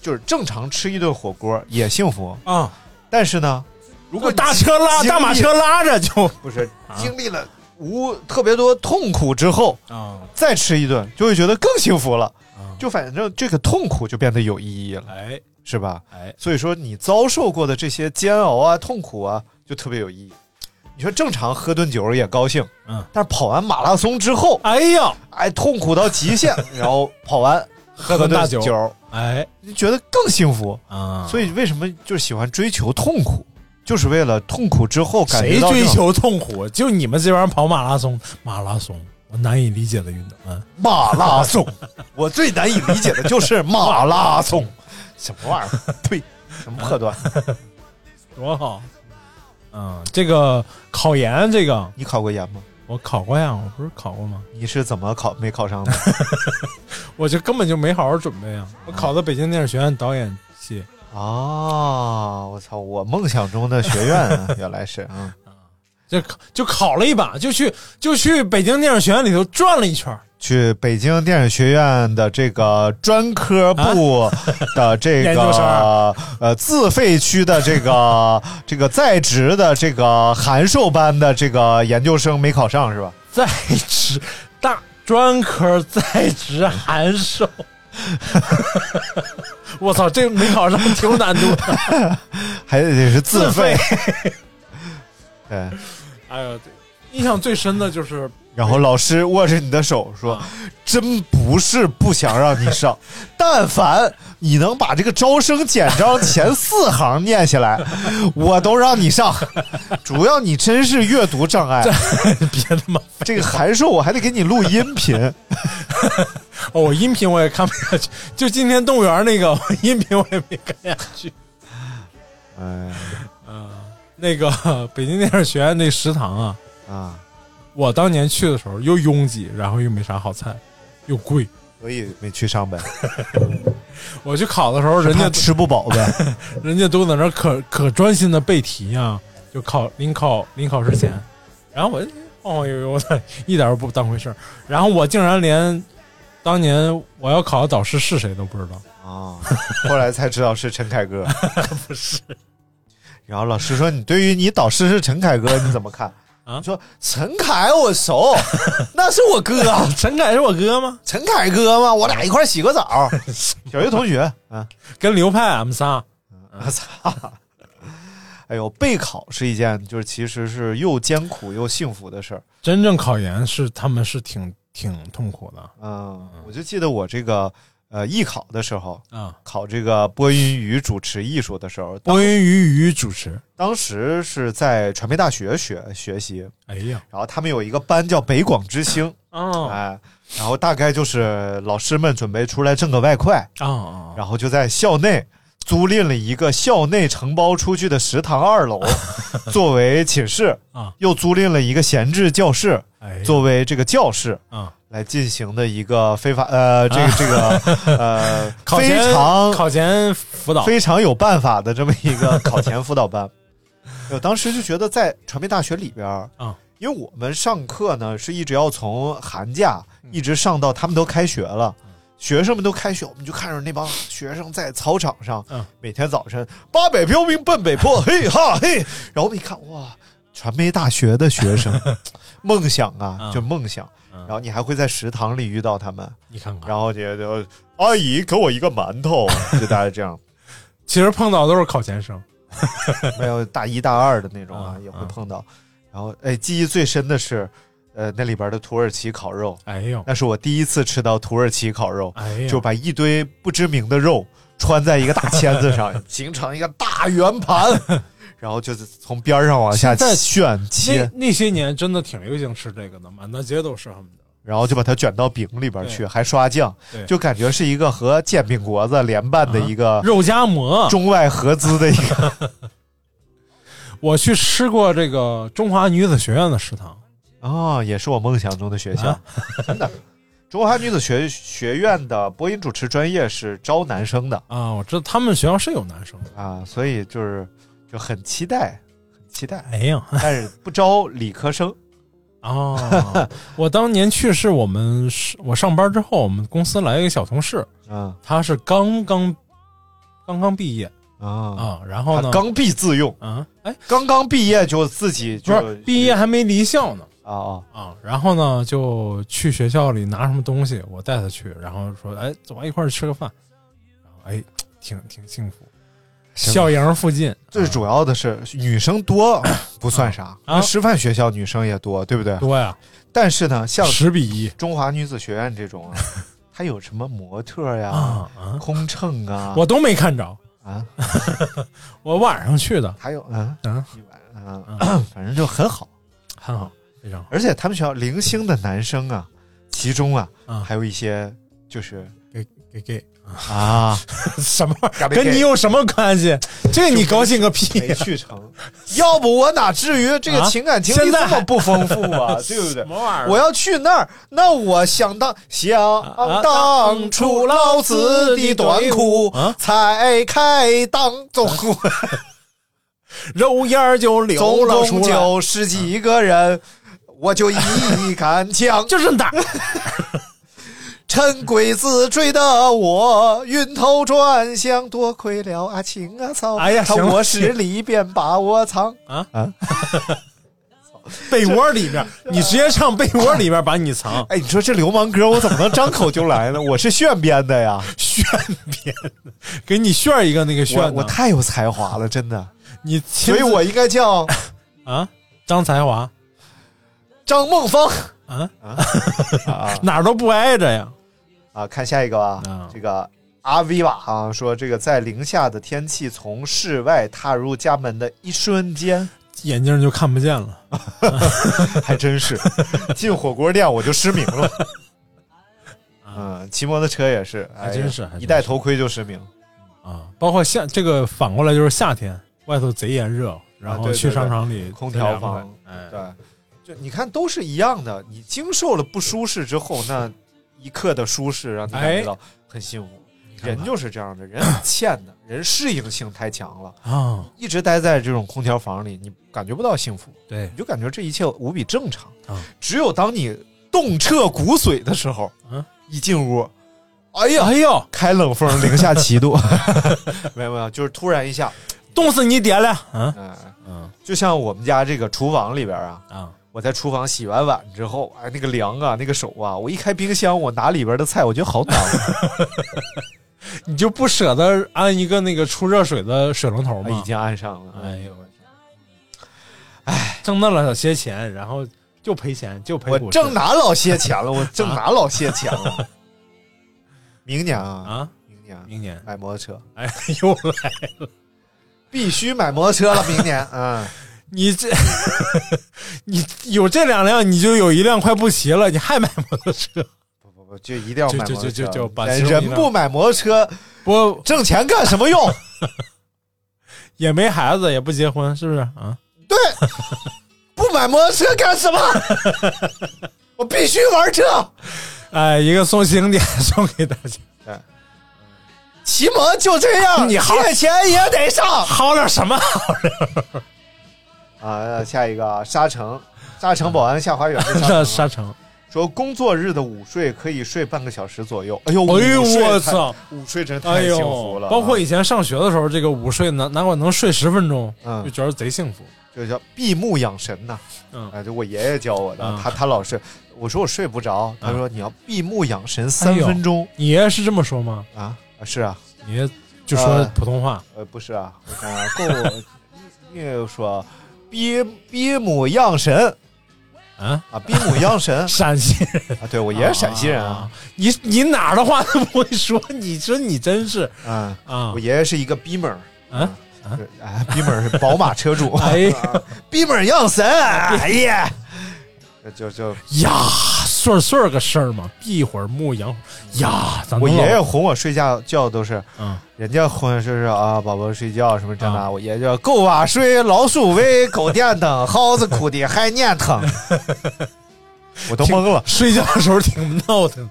Speaker 8: 就是正常吃一顿火锅也幸福，
Speaker 9: 啊，
Speaker 8: 但是呢，
Speaker 9: 如果大车拉
Speaker 8: 经历
Speaker 9: 大马车拉着就
Speaker 8: 不是经历了无特别多痛苦之后，
Speaker 9: 啊，
Speaker 8: 再吃一顿就会觉得更幸福了。就反正这个痛苦就变得有意义了，
Speaker 9: 哎
Speaker 8: 是吧？
Speaker 9: 哎，
Speaker 8: 所以说你遭受过的这些煎熬啊、痛苦啊，就特别有意义。你说正常喝顿酒也高兴，
Speaker 9: 嗯，
Speaker 8: 但是跑完马拉松之后，
Speaker 9: 哎呀，
Speaker 8: 哎，痛苦到极 限，然后跑完喝
Speaker 9: 顿
Speaker 8: 顿
Speaker 9: 大酒
Speaker 8: 酒，
Speaker 9: 哎
Speaker 8: 你觉得更幸福。
Speaker 9: 啊，
Speaker 8: 所以为什么就喜欢追求痛苦，就是为了痛苦之后感
Speaker 9: 谁
Speaker 8: 觉到这
Speaker 9: 追
Speaker 8: 种
Speaker 9: 求痛苦？就你们这帮人跑马拉松，马拉松，我难以理解的运动。嗯，
Speaker 8: 马拉松。 我最难以理解的就是马拉松， 什么玩意儿？对，什么破 段？
Speaker 9: 多好。嗯，这个考研，啊这个
Speaker 8: 你考过研吗？
Speaker 9: 我考过呀，我不是考过吗？
Speaker 8: 你是怎么考没考 上的？
Speaker 9: 我就根本就没好好准备啊！我考的北京电影学院导演系，
Speaker 8: 啊！我操！我梦想中的学院啊，原来是啊，
Speaker 9: 就考就考了一把，就去就去北京电影学院里头转了一圈儿。
Speaker 8: 去北京电影学院的这个专科部的这
Speaker 9: 啊研
Speaker 8: 个、
Speaker 9: 究生
Speaker 8: 呃自费区的这个 这个在职的这个函授班的这个研究生没考上是吧？
Speaker 9: 在职大专科在职函授， 我操，这没考上挺有难度的。
Speaker 8: 还得是自 费。对，
Speaker 9: 哎呦，印象最深的就是
Speaker 8: 然后老师握着你的手说：“真不是不想让你上， 但凡你能把这个招生简章前四行念下来，我都让你上。主要你真是阅读障碍，
Speaker 9: 别他妈
Speaker 8: 这个函授我还得给你录音频。
Speaker 9: 哦，我音频我也看不下去，就今天动物园那个 我音频我也没看下去。
Speaker 8: 哎
Speaker 9: 那个 北京电影学院那食堂啊，
Speaker 8: 啊，
Speaker 9: 我当年去的时候又拥挤，然后又没啥好菜，又贵。
Speaker 8: 所以没去上呗，
Speaker 9: 我去考的时候，人
Speaker 8: 怕
Speaker 9: 家
Speaker 8: 吃不饱呗。
Speaker 9: 人家都在那儿可可专心的背题啊，就考临考临考之前，然后我就晃晃悠悠的，一点儿都不当回事儿。然后我竟然连当年我要考的导师是谁都不知道。
Speaker 8: 啊，后来才知道是陈凯歌， 不是。然后老师说：“你对于你导师是陈凯歌，你怎么 看？”
Speaker 9: 啊
Speaker 8: 你说陈凯我 熟，那是我哥，
Speaker 9: 陈凯是我哥吗？
Speaker 8: 陈凯哥吗？我俩一块儿洗个 澡，小学同学。啊，
Speaker 9: 跟刘派俺们仨
Speaker 8: 我操！ 哎呦，备考是一件就是其实是又艰苦又幸福的事儿。
Speaker 9: 真正考研是他们是挺挺痛苦的
Speaker 8: 嗯，我就记得我这个呃艺考的时候，
Speaker 9: 啊。
Speaker 8: 考这个播音与主持艺术的时候，
Speaker 9: 播音与语主持，
Speaker 8: 当时是在传媒大学学学习，
Speaker 9: 哎呀，
Speaker 8: 然后他们有一个班叫北广之星，
Speaker 9: 啊
Speaker 8: 哎，然后大概就是老师们准备出来挣个外快，
Speaker 9: 啊啊！
Speaker 8: 然后就在校内租赁了一个校内承包出去的食堂二 楼作为寝室
Speaker 9: 啊，
Speaker 8: 又租赁了一个闲置教室
Speaker 9: 哎呀，
Speaker 8: 作为这个教室。
Speaker 9: 啊，
Speaker 8: 来进行的一个非法呃，这个这个呃，
Speaker 9: 考
Speaker 8: 非
Speaker 9: 前
Speaker 8: 常
Speaker 9: 考前辅导，
Speaker 8: 非常有办法的这么一个考前辅导班。 我当时就觉得在传媒大学里边儿
Speaker 9: 嗯
Speaker 8: 因为我们上课呢是一直要从寒假
Speaker 9: 嗯
Speaker 8: 一直上到他们都开学了。学生们都开学，我们就看着那帮学生在操场上，
Speaker 9: 嗯
Speaker 8: 每天早晨八百标兵奔北坡，嘿哈嘿。然后我们一看，哇，传媒大学的学 生，梦想啊，
Speaker 9: 嗯
Speaker 8: 就梦想。然后你还会在食堂里遇到他们，
Speaker 9: 你看看，
Speaker 8: 然后就就阿姨给我一个馒头，啊就大概这样。
Speaker 9: 其实碰到都是考前生，
Speaker 8: 没有大一大二的那种啊
Speaker 9: 啊，
Speaker 8: 也会碰到。然后，哎，记忆最深的是，呃，那里边的土耳其烤肉，
Speaker 9: 哎呦，
Speaker 8: 那是我第一次吃到土耳其烤肉，
Speaker 9: 哎呀，
Speaker 8: 就把一堆 不知名的肉穿在一个大签子上，形成一个大圆盘，然后就是从边儿上往下
Speaker 9: 现在
Speaker 8: 旋切，
Speaker 9: 那那些年真的挺流行吃这个的，满大街都是恨不得。
Speaker 8: 然后就把它卷到饼里边去，
Speaker 9: 对
Speaker 8: 还刷酱
Speaker 9: 对，啊
Speaker 8: 就感觉是一个和煎饼果子联办的一个
Speaker 9: 肉夹馍，
Speaker 8: 中外合资的一个。
Speaker 9: 我去吃过这个中华女子学院的食堂，
Speaker 8: 哦，也是我梦想中的学校
Speaker 9: 啊，
Speaker 8: 真的。中华女子学学院的播音主持专业是招男生的
Speaker 9: 啊，我知道他们学校是有男生的。
Speaker 8: 啊，所以就是就很期待，很期 待，
Speaker 9: 哎呀，
Speaker 8: 但是不招理科生。
Speaker 9: 哦，我当年去是我们是我上班之后，我们公司来一个小同事，
Speaker 8: 嗯
Speaker 9: 他是刚刚刚刚毕业
Speaker 8: 啊，
Speaker 9: 啊，然后
Speaker 8: 他
Speaker 9: 呢，
Speaker 8: 刚愎自用，
Speaker 9: 啊，哎，
Speaker 8: 刚刚毕业就自己
Speaker 9: 不
Speaker 8: 就是
Speaker 9: 毕业还没离校呢
Speaker 8: 啊啊
Speaker 9: 啊，然后呢就去学校里拿什么东西，我带他去，然后说，哎，走吧，一块儿吃个饭，然后哎，挺挺幸福，
Speaker 8: 行
Speaker 9: 校营附近
Speaker 8: 最主要的是女生 多不算啥，
Speaker 9: 啊
Speaker 8: 那师范学校女生也多，对不对？
Speaker 9: 多呀，
Speaker 8: 但是呢，像
Speaker 9: 啊十比一
Speaker 8: 中华女子学院这 种啊，它有什么模特呀、
Speaker 9: 啊啊，
Speaker 8: 空乘啊，
Speaker 9: 我都没看着，
Speaker 8: 啊，
Speaker 9: 我晚上去的，嗯
Speaker 8: 还有啊，
Speaker 9: 啊，
Speaker 8: 一晚啊，反正就很好。
Speaker 9: 很好，非常好
Speaker 8: 而且他们学校零星的男生啊，其中啊
Speaker 9: 啊，
Speaker 8: 还有一些就是
Speaker 9: 给给。
Speaker 8: 啊
Speaker 9: 什么
Speaker 8: 干杯
Speaker 9: 跟你有什么关系？这你高兴个屁
Speaker 8: 没去 成，要不我哪至于这个
Speaker 9: 啊
Speaker 8: 情感经历
Speaker 9: 现在
Speaker 8: 这么不丰富 啊，对不对？我要去那儿，那我想当想
Speaker 9: 啊
Speaker 8: 当初老子的短裤
Speaker 9: 啊
Speaker 8: 才开裆，总共
Speaker 9: 肉眼儿就流
Speaker 8: 总
Speaker 9: 了出
Speaker 8: 共
Speaker 9: 来，
Speaker 8: 九十几个人，我就一杆枪，
Speaker 9: 就是哪 儿？
Speaker 8: 趁鬼子追的我晕头转向，多亏了阿晴啊操，
Speaker 9: 哎呀
Speaker 8: 他
Speaker 9: 行了
Speaker 8: 卧室里边把我藏。
Speaker 9: 被窝里面，你直接上被窝里面把 你藏，
Speaker 8: 哎，你说这流氓歌我怎么能张口就来呢？我是炫编的 呀，
Speaker 9: 炫编，给你炫一个那个
Speaker 8: 我
Speaker 9: 炫
Speaker 8: 我
Speaker 9: 的，
Speaker 8: 太有才华了，真的，
Speaker 9: 你亲
Speaker 8: 所
Speaker 9: 自
Speaker 8: 以我应该 叫
Speaker 9: 啊，张才华
Speaker 8: 张梦芳
Speaker 9: 啊，
Speaker 8: 啊
Speaker 9: 哪儿都不挨着呀。
Speaker 8: 啊！看下一个吧，
Speaker 9: 啊
Speaker 8: 这个阿 V 吧啊，说这个在零下的天气从室外踏入家门的一瞬间，
Speaker 9: 眼镜就看不见了，
Speaker 8: 还真 是进火锅店我就失明了。嗯，骑摩托车也是，哎呀
Speaker 9: 真啊是还真是
Speaker 8: 一戴头盔就失明。
Speaker 9: 啊！包括夏这个反过来就是夏天，外头贼炎热，然
Speaker 8: 啊
Speaker 9: 后
Speaker 8: 对
Speaker 9: 去
Speaker 8: 对
Speaker 9: 商场里
Speaker 8: 空
Speaker 9: 贼
Speaker 8: 调
Speaker 9: 凉快
Speaker 8: 房
Speaker 9: 哎，
Speaker 8: 对，就你看都是一样的，你经受了不舒适之后，那一刻的舒适让你感觉
Speaker 9: 哎
Speaker 8: 到很幸福。
Speaker 9: 看看
Speaker 8: 人就是这样的，人很欠 的，人适应性太强了，
Speaker 9: 啊，
Speaker 8: 一直待在这种空调房里，你感觉不到幸福，
Speaker 9: 对
Speaker 8: 你就感觉这一切无比正常。
Speaker 9: 啊
Speaker 8: 只有当你冻彻骨髓的时候，
Speaker 9: 嗯
Speaker 8: 一进屋，哎呀，
Speaker 9: 哎呦，
Speaker 8: 开冷风零下七度， 没有没有，就是突然一下，
Speaker 9: 冻死你点了，啊
Speaker 8: 嗯、
Speaker 9: 嗯
Speaker 8: 就像我们家这个厨房里边啊，
Speaker 9: 啊。
Speaker 8: 我在厨房洗完碗之后，哎，那个凉啊，那个手啊，我一开冰箱，我拿里边的菜，我觉得好 暖和。
Speaker 9: 你就不舍得安一个那个出热水的水龙头
Speaker 8: 啊
Speaker 9: 吗？
Speaker 8: 已，经按上了，
Speaker 9: 哎呦我天！哎，挣那老些钱，然后就赔钱，就赔
Speaker 8: 我
Speaker 9: 股市
Speaker 8: 挣哪老些钱了？我
Speaker 9: 啊
Speaker 8: 挣哪老些钱了？明年啊，
Speaker 9: 啊！
Speaker 8: 明年
Speaker 9: 明年，
Speaker 8: 买摩托车，
Speaker 9: 哎，又来，
Speaker 8: 必须买摩托车了。明年， 嗯，
Speaker 9: 你这你有这两辆，你就有一辆快不骑了，你还买摩 托车？
Speaker 8: 不不不，就一定要买摩托车。
Speaker 9: 就就就就把
Speaker 8: 哎
Speaker 9: 其中一辆
Speaker 8: 人不买摩托车，
Speaker 9: 不，
Speaker 8: 挣钱干什么用？
Speaker 9: 也没孩子，也不结婚，是不是啊？
Speaker 8: 对，不买摩托车干 什么？我必须玩车，
Speaker 9: 哎，一个送行点送给大 家，
Speaker 8: 骑摩就这样，
Speaker 9: 你好
Speaker 8: 借钱也得上。
Speaker 9: 薅点什么？
Speaker 8: 啊，下一个啊，沙城，沙城保安下花园的沙城
Speaker 9: 那
Speaker 8: 啊
Speaker 9: 沙城，
Speaker 8: 说工作日的午睡可以睡半个小时左右。哎呦，
Speaker 9: 哎呦
Speaker 8: 午睡太
Speaker 9: 我操，
Speaker 8: 午睡真
Speaker 9: 哎
Speaker 8: 太幸福
Speaker 9: 呦
Speaker 8: 了啊，，
Speaker 9: 包括以前上学的时候，这个午睡哪哪管能睡十分钟，
Speaker 8: 嗯
Speaker 9: 就觉得贼幸福。
Speaker 8: 这叫闭目养神呐。
Speaker 9: 嗯
Speaker 8: 啊，就我爷爷教我的，
Speaker 9: 嗯
Speaker 8: 他他老是我说我睡不着，他
Speaker 9: 嗯
Speaker 8: 说你要闭目养神三
Speaker 9: 哎呦
Speaker 8: 分钟
Speaker 9: 你爷是这么说吗？
Speaker 8: 啊啊是啊，
Speaker 9: 你爷就说普通话，
Speaker 8: 呃不是啊，我想想够，又说闭闭目养神
Speaker 9: 啊，
Speaker 8: 啊，闭目养神
Speaker 9: 陕西人，
Speaker 8: 啊，对我爷是陕西人啊，
Speaker 9: 你你哪儿的话都不会说，你说你真是
Speaker 8: 嗯。
Speaker 9: 啊
Speaker 8: 我爷爷是一个 Beamer，
Speaker 9: 啊，
Speaker 8: 哎，Bimmer 是宝马车主
Speaker 9: 哎 呀
Speaker 8: ，Bimmer 要神，哎呀，就就
Speaker 9: 呀，顺儿顺儿个事儿嘛，闭会儿目养会儿呀，咱
Speaker 8: 我
Speaker 9: 能
Speaker 8: 爷爷
Speaker 9: 老
Speaker 8: 哄我睡觉觉都是，
Speaker 9: 嗯，
Speaker 8: 人家哄就是啊，宝宝睡觉什么这
Speaker 9: 啊
Speaker 8: 那，我爷爷就狗娃睡，老鼠喂，狗电疼，耗子哭的还念 疼，我都懵了。
Speaker 9: 睡觉的时候挺 闹腾，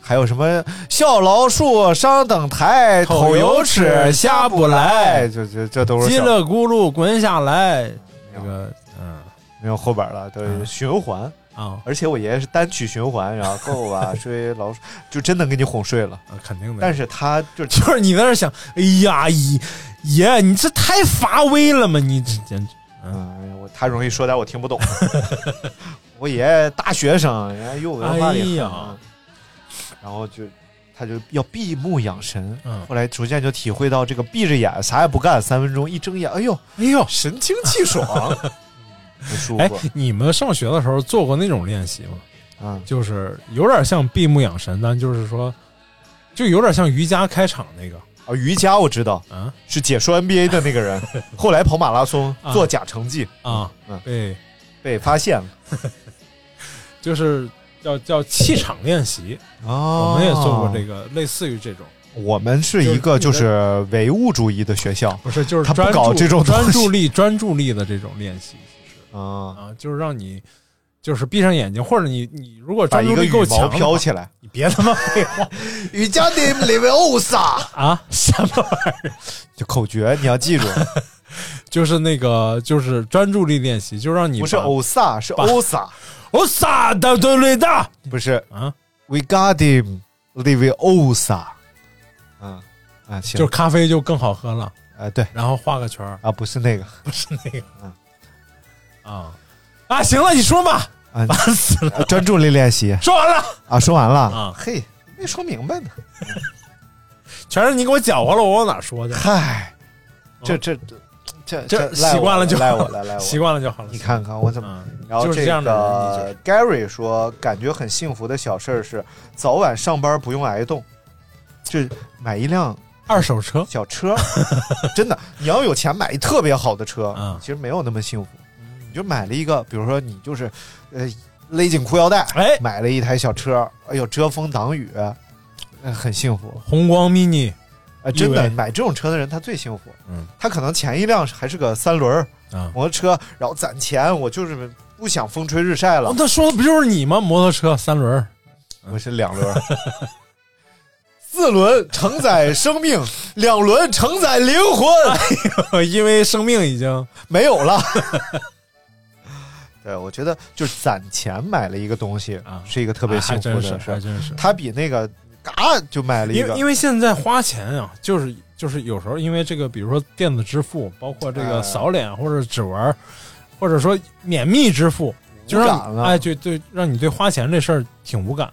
Speaker 8: 还有什么小老鼠上灯台，
Speaker 9: 头
Speaker 8: 头
Speaker 9: 油哎
Speaker 8: 油
Speaker 9: 吃
Speaker 8: 吃
Speaker 9: 下
Speaker 8: 下
Speaker 9: 不
Speaker 8: 不
Speaker 9: 来
Speaker 8: 来，就就这都是
Speaker 9: 叽
Speaker 8: 小
Speaker 9: 里咕噜滚下来，这个嗯
Speaker 8: 没有后边了，都是循环。
Speaker 9: 啊
Speaker 8: 而且我爷爷是单曲循环， 然后够吧睡老鼠，就真能给你哄睡了。
Speaker 9: 啊，肯定的。
Speaker 8: 但是他就
Speaker 9: 就是你在那儿想，哎呀，姨爷，你这太乏味了嘛，你这简直
Speaker 8: 嗯，我他容易说点我听 不懂。我爷爷大学生，人家有文化
Speaker 9: 哎
Speaker 8: 里很嗯
Speaker 9: 呀，
Speaker 8: 然后就他就要闭目养神。
Speaker 9: 嗯
Speaker 8: 后来逐渐就体会到这个闭着眼啥也不干，三分钟一睁眼，哎呦，
Speaker 9: 哎呦，
Speaker 8: 神清气 爽，很舒
Speaker 9: 哎
Speaker 8: 服。，
Speaker 9: 你们上学的时候做过那种练习吗？
Speaker 8: 嗯，
Speaker 9: 就是有点像闭目养神，但就是说，就有点像瑜伽开场那个
Speaker 8: 啊，瑜伽我知道
Speaker 9: 啊
Speaker 8: 是解说 NBA 的那个 人，后来跑马拉松
Speaker 9: 啊
Speaker 8: 做假成绩
Speaker 9: 啊，
Speaker 8: 嗯
Speaker 9: 对，
Speaker 8: 被发现了。
Speaker 9: 就是叫叫气场练习，
Speaker 8: 哦
Speaker 9: 我们也做过这个，类似于这种，
Speaker 8: 我们是一个就是唯物主义的学校
Speaker 9: 不是就是
Speaker 8: 他不
Speaker 9: 专注
Speaker 8: 搞这种东西
Speaker 9: 专注力专注力的这种练习，其
Speaker 8: 啊，
Speaker 9: 实啊，就是让你就是闭上眼睛，或者你你如果
Speaker 8: 把
Speaker 9: 专
Speaker 8: 一
Speaker 9: 注
Speaker 8: 个
Speaker 9: 力
Speaker 8: 羽
Speaker 9: 够
Speaker 8: 毛
Speaker 9: 强的话，
Speaker 8: 飘起来。
Speaker 9: 你别他妈废话
Speaker 8: 瑜伽的 level 啥？
Speaker 9: 啊，什么玩意儿？
Speaker 8: 就口诀，你要记住，
Speaker 9: 就是那个就是专注力练习，就让你
Speaker 8: 不是
Speaker 9: 把
Speaker 8: 欧萨，是欧萨，
Speaker 9: 我撒的对对的
Speaker 8: 不是
Speaker 9: 啊，
Speaker 8: We got him level 啥？啊啊，行，
Speaker 9: 就是咖啡就更好喝了。
Speaker 8: 啊对
Speaker 9: 然后画个圈儿，
Speaker 8: 啊，不是那个
Speaker 9: 不是那个
Speaker 8: 嗯，
Speaker 9: 啊啊，行了，你说吧，
Speaker 8: 啊，
Speaker 9: 烦死了，
Speaker 8: 啊专注力练习
Speaker 9: 说完了，
Speaker 8: 啊，说完
Speaker 9: 啊
Speaker 8: 了，嘿，没说明白呢，
Speaker 9: 全是你给我搅和了，我往哪说去？
Speaker 8: 嗨，这这这这
Speaker 9: 哦这
Speaker 8: 赖我
Speaker 9: 习惯了就
Speaker 8: 赖我了，赖我
Speaker 9: 习
Speaker 8: 了。
Speaker 9: 惯了就好了。
Speaker 8: 你看看我怎么
Speaker 9: 嗯，
Speaker 8: 然后
Speaker 9: 就是
Speaker 8: 这
Speaker 9: 这样的人你
Speaker 8: 个 Gary 说，感觉很幸福的小事儿是早晚上班不用挨冻，就买一辆
Speaker 9: 二手车，
Speaker 8: 小车。 真的，你要有钱买一特别好的车，
Speaker 9: 嗯
Speaker 8: 其实没有那么幸福。你就买了一个，比如说你就是，呃，勒紧裤腰带，
Speaker 9: 哎
Speaker 8: 买了一台小车，哎呦，遮风挡雨，呃很幸福。
Speaker 9: 红光 mini
Speaker 8: 啊，真
Speaker 9: 意
Speaker 8: 的，
Speaker 9: 味
Speaker 8: 买这种车的人他最幸福。
Speaker 9: 嗯，
Speaker 8: 他可能前一辆还是个三轮儿
Speaker 9: 啊，
Speaker 8: 摩托车，然后攒钱，我就是不想风吹日晒了
Speaker 9: 哦。那说的不就是你吗？摩托车三轮儿，
Speaker 8: 我是两 轮儿，四轮承载生命，两轮承载灵魂，
Speaker 9: 因为生命已经
Speaker 8: 没有了。 对，我觉得就是攒钱买了一个东西，
Speaker 9: 啊
Speaker 8: 是一个特别幸福
Speaker 9: 还
Speaker 8: 的
Speaker 9: 真是，
Speaker 8: 事儿
Speaker 9: 还。真是。
Speaker 8: 他比那个嘎就买了一
Speaker 9: 因
Speaker 8: 个，
Speaker 9: 为因为现在花钱啊，就是就是有时候因为这个，比如说电子支付，包括这个
Speaker 8: 哎
Speaker 9: 扫脸或者指纹，或者说免密支付，就让
Speaker 8: 感
Speaker 9: 你
Speaker 8: 了
Speaker 9: 哎，就对，让你对花钱这事儿挺无感的。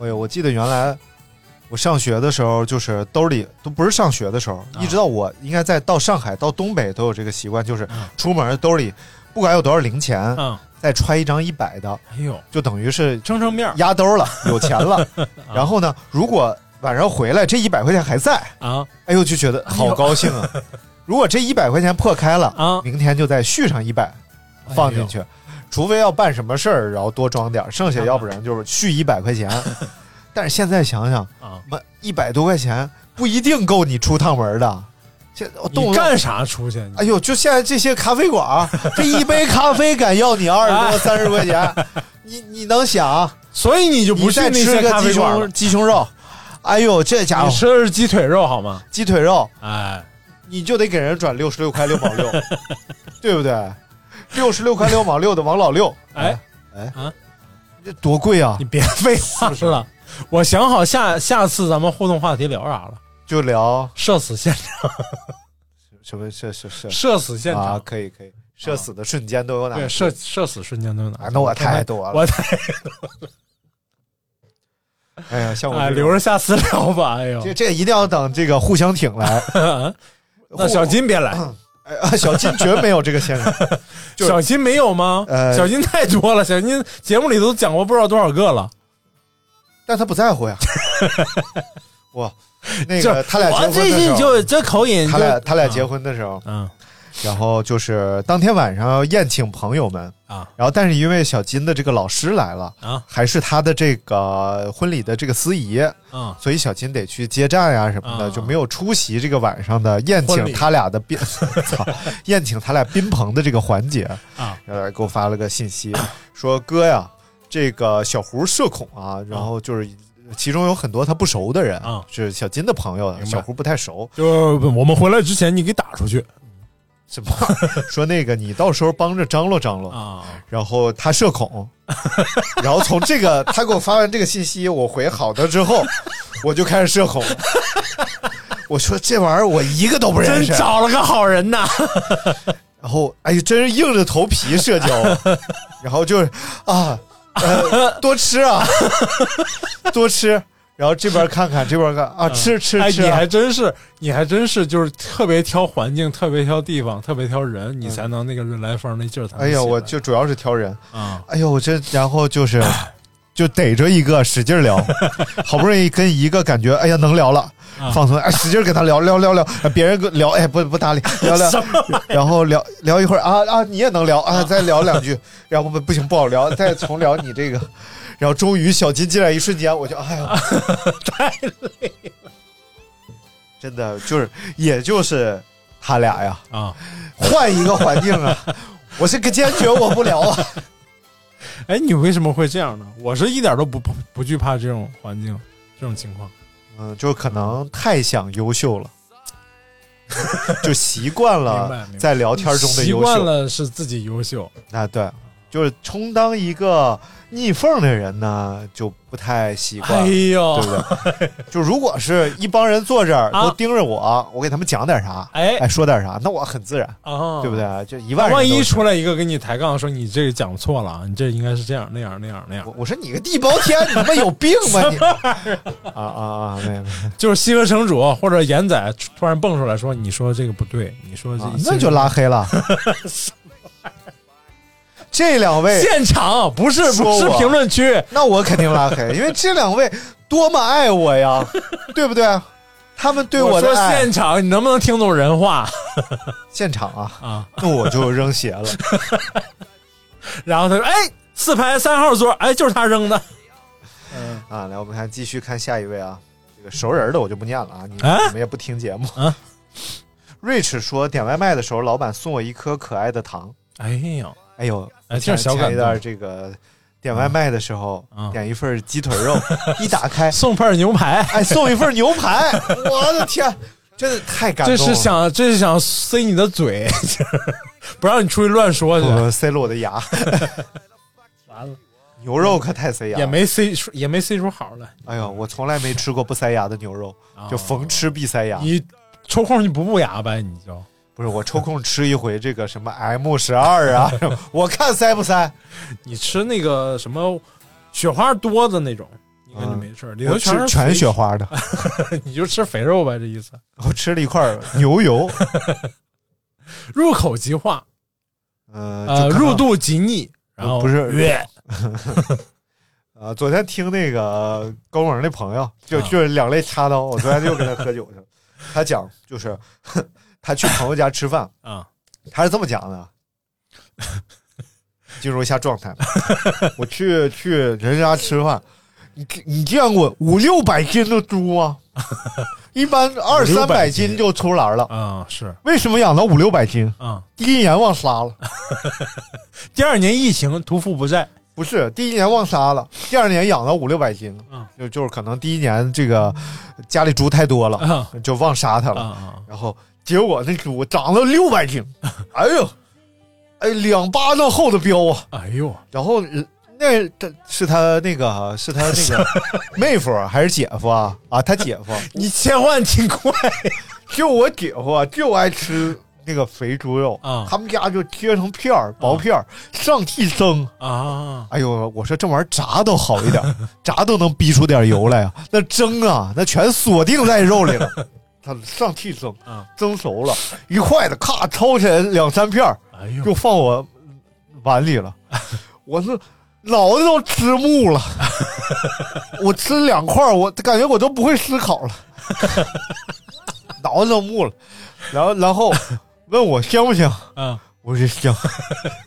Speaker 8: 哎呦，我记得原来我上学的时候，就是兜里都不是上学的时候，
Speaker 9: 啊
Speaker 8: 一直到我应该在到上海到东北都有这个习惯，就是
Speaker 9: 啊
Speaker 8: 出门兜里不管有多少零钱，
Speaker 9: 嗯，
Speaker 8: 再揣一张一百的，
Speaker 9: 哎呦，
Speaker 8: 就等于是
Speaker 9: 撑撑面儿
Speaker 8: 压兜了，有钱 了。
Speaker 9: 啊
Speaker 8: 然后呢，如果晚上回来这一百块钱还在，
Speaker 9: 啊，
Speaker 8: 哎呦就觉得好高兴 啊！如果这一百块钱破开了
Speaker 9: 啊哎
Speaker 8: 明天就再续上一百放进去，除非要办什么事儿，然后多装点儿，
Speaker 9: 啊
Speaker 8: 剩下要不然就是续一百块 钱。但是现在想想，
Speaker 9: 啊，
Speaker 8: 妈一百多块钱不一定够你出趟门儿的，这动
Speaker 9: 你
Speaker 8: 不动
Speaker 9: 干啥出去？
Speaker 8: 哎呦，就现在这些咖啡馆 儿，这一杯咖啡敢要你二十
Speaker 9: 哎
Speaker 8: 多三十块钱，你你能想？
Speaker 9: 所以你就不
Speaker 8: 你
Speaker 9: 去
Speaker 8: 再
Speaker 9: 那
Speaker 8: 吃
Speaker 9: 些
Speaker 8: 个
Speaker 9: 咖
Speaker 8: 鸡
Speaker 9: 啡馆了
Speaker 8: 胸，鸡胸肉，哎呦，这家
Speaker 9: 你
Speaker 8: 伙
Speaker 9: 吃的是鸡腿肉好吗？
Speaker 8: 鸡腿肉，
Speaker 9: 哎，
Speaker 8: 你就得给人转六十六块六毛六， 对不对？六十六块六毛六的王老六，
Speaker 9: 哎
Speaker 8: 哎
Speaker 9: 啊
Speaker 8: 这多贵啊
Speaker 9: 你！别 废话了，我想好下下次咱们互动话题聊啥了，
Speaker 8: 就聊
Speaker 9: 社死现场，
Speaker 8: 什么社社社
Speaker 9: 社死现
Speaker 8: 啊，
Speaker 9: 场，
Speaker 8: 可以可以，社死的瞬间都有哪
Speaker 9: 对，
Speaker 8: 些？
Speaker 9: 社社死瞬间都有哪
Speaker 8: 啊
Speaker 9: 些？
Speaker 8: 那我太多了
Speaker 9: 我太
Speaker 8: 哎呀，像我
Speaker 9: 哎，
Speaker 8: 这种
Speaker 9: 留着下次聊吧。哎呦，
Speaker 8: 这这一定要等这个互相挺来。
Speaker 9: 那小金别来，
Speaker 8: 哎啊，小金绝没有这个 先生，就是
Speaker 9: 小金没有吗？
Speaker 8: 呃
Speaker 9: 小金太多了，小金节目里都讲过不知道多少个了。
Speaker 8: 但他不在乎呀。我那
Speaker 9: 就
Speaker 8: 个他俩结
Speaker 9: 我
Speaker 8: 婚的
Speaker 9: 最
Speaker 8: 时
Speaker 9: 近
Speaker 8: 候，
Speaker 9: 就这口音，
Speaker 8: 他俩
Speaker 9: 就
Speaker 8: 他俩结婚的时候，
Speaker 9: 嗯
Speaker 8: 然后就是当天晚上要宴请朋友们
Speaker 9: 啊，
Speaker 8: 然后但是因为小金的这个老师来了
Speaker 9: 啊，
Speaker 8: 还是他的这个婚礼的这个司仪，
Speaker 9: 嗯，
Speaker 8: 所以小金得去接站呀、什么的，
Speaker 9: 啊
Speaker 8: 就没有出席这个晚上的宴
Speaker 9: 婚
Speaker 8: 请
Speaker 9: 礼
Speaker 8: 他俩的宾， 操，宴请他俩宾朋的这个环节
Speaker 9: 啊，
Speaker 8: 然后来给我发了个信息，说哥呀，这个小胡社恐啊，然后就是其中有很多他不熟的人，
Speaker 9: 啊
Speaker 8: 是小金的朋友，
Speaker 9: 明白
Speaker 8: 小胡不太熟，
Speaker 9: 就是我们回来之前你给打出去
Speaker 8: 什么 说那个你到时候帮着张罗张罗，
Speaker 9: 啊，
Speaker 8: 然后他社恐， 然后从这个他给我发完这个信息，我回好的之 后，我就开始社恐。我说这玩意儿我一个都不认
Speaker 9: 真
Speaker 8: 识，
Speaker 9: 找了个好 人呐，
Speaker 8: 然后哎呀，真是硬着头皮社 交，然后就是啊，呃，多吃啊，多吃，然后这边看看，这边看啊，吃吃
Speaker 9: 哎，
Speaker 8: 吃
Speaker 9: 你
Speaker 8: 啊、
Speaker 9: 还真是，你还真是，就是特别挑环境，特别挑地方，特别挑人，你才能那个来范儿那劲儿才能
Speaker 8: 嗯哎
Speaker 9: 起
Speaker 8: 呀，
Speaker 9: 来。
Speaker 8: 我就主要是挑人，
Speaker 9: 啊，
Speaker 8: 哎呦，我这然后就是，就逮着一个使劲聊，好不容易跟一个感觉，哎呀能聊了，
Speaker 9: 啊
Speaker 8: 放松，哎使劲跟他聊聊聊聊，哎别人跟聊哎不不搭理，聊聊，然后聊聊一会儿啊啊你也能聊啊，再聊两句，然后不不行不好聊，再重聊你这个，然后终于小金进来一瞬间，我就哎呀太累 了，真的就是也就是他俩呀，
Speaker 9: 啊，
Speaker 8: 换一个环境啊， 我是个坚决我不聊啊。
Speaker 9: 哎，你为什么会这样呢？我是一点都不不不惧怕这种环境，这种情况。
Speaker 8: 嗯，就是可能太想优秀了，就习惯
Speaker 9: 明白
Speaker 8: 了
Speaker 9: 明白
Speaker 8: 在聊天中的
Speaker 9: 习
Speaker 8: 优
Speaker 9: 惯
Speaker 8: 秀。
Speaker 9: 了是自己优秀，
Speaker 8: 啊，对，就是充当一个逆缝的人呢，就不太习惯
Speaker 9: 哎
Speaker 8: 了。
Speaker 9: 呦
Speaker 8: 对，不对？就如果是一帮人坐这儿
Speaker 9: 啊
Speaker 8: 都盯着我，我给他们讲点啥，
Speaker 9: 哎
Speaker 8: 哎，说点啥，那我很自然，
Speaker 9: 啊，
Speaker 8: 对不？对？就一万
Speaker 9: 万
Speaker 8: 人都
Speaker 9: 一
Speaker 8: 是
Speaker 9: 出来一个跟你抬杠说你这个讲错了啊，你这应该是这样那样那样那样
Speaker 8: 我，我说你个地包天，你他妈有病 吧你！啊啊啊！没有没有
Speaker 9: 就是西河城主或者严仔突突然蹦出来说你说这个不对，你说这、
Speaker 8: 啊那就拉黑 了。这两位
Speaker 9: 现场不是
Speaker 8: 说
Speaker 9: 不是
Speaker 8: 我
Speaker 9: 评论区，
Speaker 8: 那我肯定拉黑，因为这两位多么爱我 呀，对不对？他们对
Speaker 9: 我
Speaker 8: 的
Speaker 9: 说
Speaker 8: 爱，
Speaker 9: 现
Speaker 8: 现
Speaker 9: 场，你能不能听懂人话
Speaker 8: 场啊，
Speaker 9: 啊？
Speaker 8: 那我就扔鞋 了。
Speaker 9: 然后他说：“哎，四排三号桌，哎，就是他扔的。
Speaker 8: 啊，来，我们看继续看下一位啊，这个熟人的我就不念了啊，你
Speaker 9: 啊
Speaker 8: 你们也不听节目。
Speaker 9: 啊
Speaker 8: Rich 说，点外卖的时候，老板送我一颗可爱的糖。”
Speaker 9: 哎呦，
Speaker 8: 哎呦，
Speaker 9: 哎这是小
Speaker 8: 前
Speaker 9: 感
Speaker 8: 一段这个点外卖的时候，
Speaker 9: 嗯
Speaker 8: 点一份鸡腿 肉，一打开，
Speaker 9: 送份牛排，
Speaker 8: 哎，送一份牛排， 我的天，真的太感动
Speaker 9: 这
Speaker 8: 了。
Speaker 9: 是想这是想塞你的嘴，不让你出去乱说去，
Speaker 8: 我塞了我的牙， 完了，牛肉可太塞牙了
Speaker 9: 也，没塞出也没塞出好来。
Speaker 8: 哎呦，我从来没吃过不塞牙的牛肉，
Speaker 9: 啊
Speaker 8: 就逢吃必塞牙。
Speaker 9: 你抽空你补补牙呗，你就
Speaker 8: 不是我抽空吃一回这个什么 M 十二 啊，我看塞不塞。
Speaker 9: 你吃那个什么雪花多的那种，应该就没事儿，里
Speaker 8: 嗯
Speaker 9: 头
Speaker 8: 我吃
Speaker 9: 是
Speaker 8: 全
Speaker 9: 肥
Speaker 8: 雪，花 的，
Speaker 9: 你就吃肥肉呗，这意思。
Speaker 8: 我吃了一块牛油，
Speaker 9: 入口即化，
Speaker 8: 嗯、
Speaker 9: 呃，
Speaker 8: 就可能呃
Speaker 9: 入肚即腻，然后
Speaker 8: 不是
Speaker 9: 越
Speaker 8: 啊，昨天听那个高广那朋友，就就是两肋插刀，我昨天就跟他喝酒去了，他讲就是他去朋友家吃饭，
Speaker 9: 啊。
Speaker 8: 他是这么讲的，进入一下状态。我去去人家吃饭，你你见过五六百斤的猪吗？一般二三百斤就出栏了。
Speaker 9: 啊、是
Speaker 8: 为什么养到五六百斤？
Speaker 9: 啊、
Speaker 8: 第一年忘杀了，
Speaker 9: 第二年疫情屠夫不在，
Speaker 8: 不是第一年忘杀了，第二年养到五六百斤了
Speaker 9: 嗯
Speaker 8: 就就是可能第一年这个家里猪太多了，就忘杀它
Speaker 9: 啊
Speaker 8: 了。
Speaker 9: 啊
Speaker 8: 然后结果那猪长了六百 斤，哎呦，哎两巴掌厚的膘啊！
Speaker 9: 哎呦，
Speaker 8: 然后呃那他是他那个是他那 个妹夫啊还是姐夫啊？啊，他姐夫，
Speaker 9: 你切换挺 快
Speaker 8: 就我姐夫啊就爱吃那个肥猪肉
Speaker 9: 啊
Speaker 8: 他们家就切成片儿薄片儿，上屉蒸。
Speaker 9: 啊！
Speaker 8: 哎呦，我说这玩意儿炸都好一点， 炸都能逼出点油来啊，那蒸啊，那全锁定在肉里 了。他上屉蒸
Speaker 9: 啊，
Speaker 8: 蒸熟了，一筷子咔抄起来两三片儿，
Speaker 9: 哎呦，
Speaker 8: 就 放我碗里了。我是脑子都吃木了，我吃两块儿，我感觉我都不会思考 了，脑子都木了。然后，然后问我香不香，
Speaker 9: 嗯，
Speaker 8: 我说香，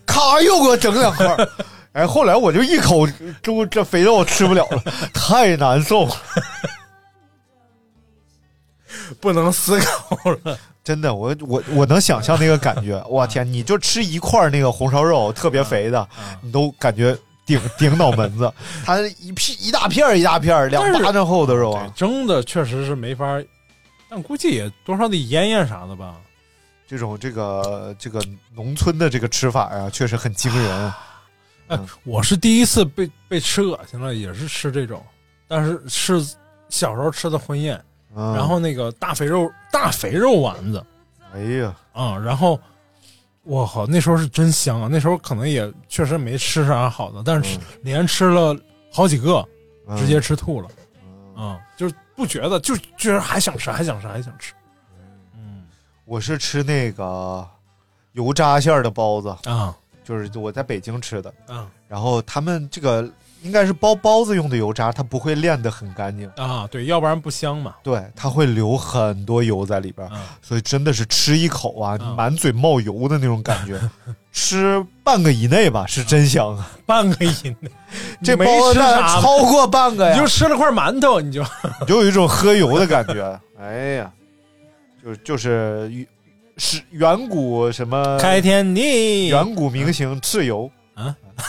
Speaker 8: 咔又给我整两块儿。哎，后来我就一口猪这肥肉吃不了了，太难受了，
Speaker 9: 不能思考了。
Speaker 8: 真的，我我我能想象那个感觉。我天，你就吃一块儿那个红烧肉，特别肥的，
Speaker 9: 嗯
Speaker 8: 你都感觉顶顶脑门子。它一片一大片儿一大片儿，两
Speaker 9: 但是
Speaker 8: 巴掌厚的肉啊
Speaker 9: 对，，蒸的确实是没法儿，但估计也多少得腌腌啥的吧。
Speaker 8: 这种这个这个农村的这个吃法呀、确实很惊人。
Speaker 9: 哎
Speaker 8: 嗯，
Speaker 9: 我是第一次被被吃恶心了，也是吃这种，但是是小时候吃的婚宴，
Speaker 8: 嗯、
Speaker 9: 然后，那个大肥肉大肥肉丸子
Speaker 8: 哎呀，
Speaker 9: 啊、然后我靠，那时候是真香啊！那时候可能也确实没吃啥好的，但是
Speaker 8: 嗯
Speaker 9: 连吃了好几个，
Speaker 8: 嗯
Speaker 9: 直接吃吐了
Speaker 8: 嗯
Speaker 9: 啊、就是不觉得，就居然还想吃，还想吃，还想吃，嗯
Speaker 8: 我是吃那个油炸馅儿的包子，
Speaker 9: 啊
Speaker 8: 就是我在北京吃的。
Speaker 9: 啊
Speaker 8: 然后他们这个应该是包包子用的油炸，它不会炼得很干净，
Speaker 9: 啊，对，要不然不香嘛。
Speaker 8: 对，它会留很多油在里边儿，
Speaker 9: 嗯
Speaker 8: 所以真的是吃一口啊，
Speaker 9: 嗯
Speaker 8: 满嘴冒油的那种感 觉。吃半个以内吧，是真香啊！
Speaker 9: 半个以内，
Speaker 8: 这
Speaker 9: 没
Speaker 8: 包子
Speaker 9: 吃
Speaker 8: 啊嗯
Speaker 9: 啥
Speaker 8: 超过半个呀，
Speaker 9: 你就吃了块馒头，你就
Speaker 8: 你就有一种喝油的感觉。 哎呀，就就是是远古什么
Speaker 9: 开天地
Speaker 8: 远古明星蚩尤。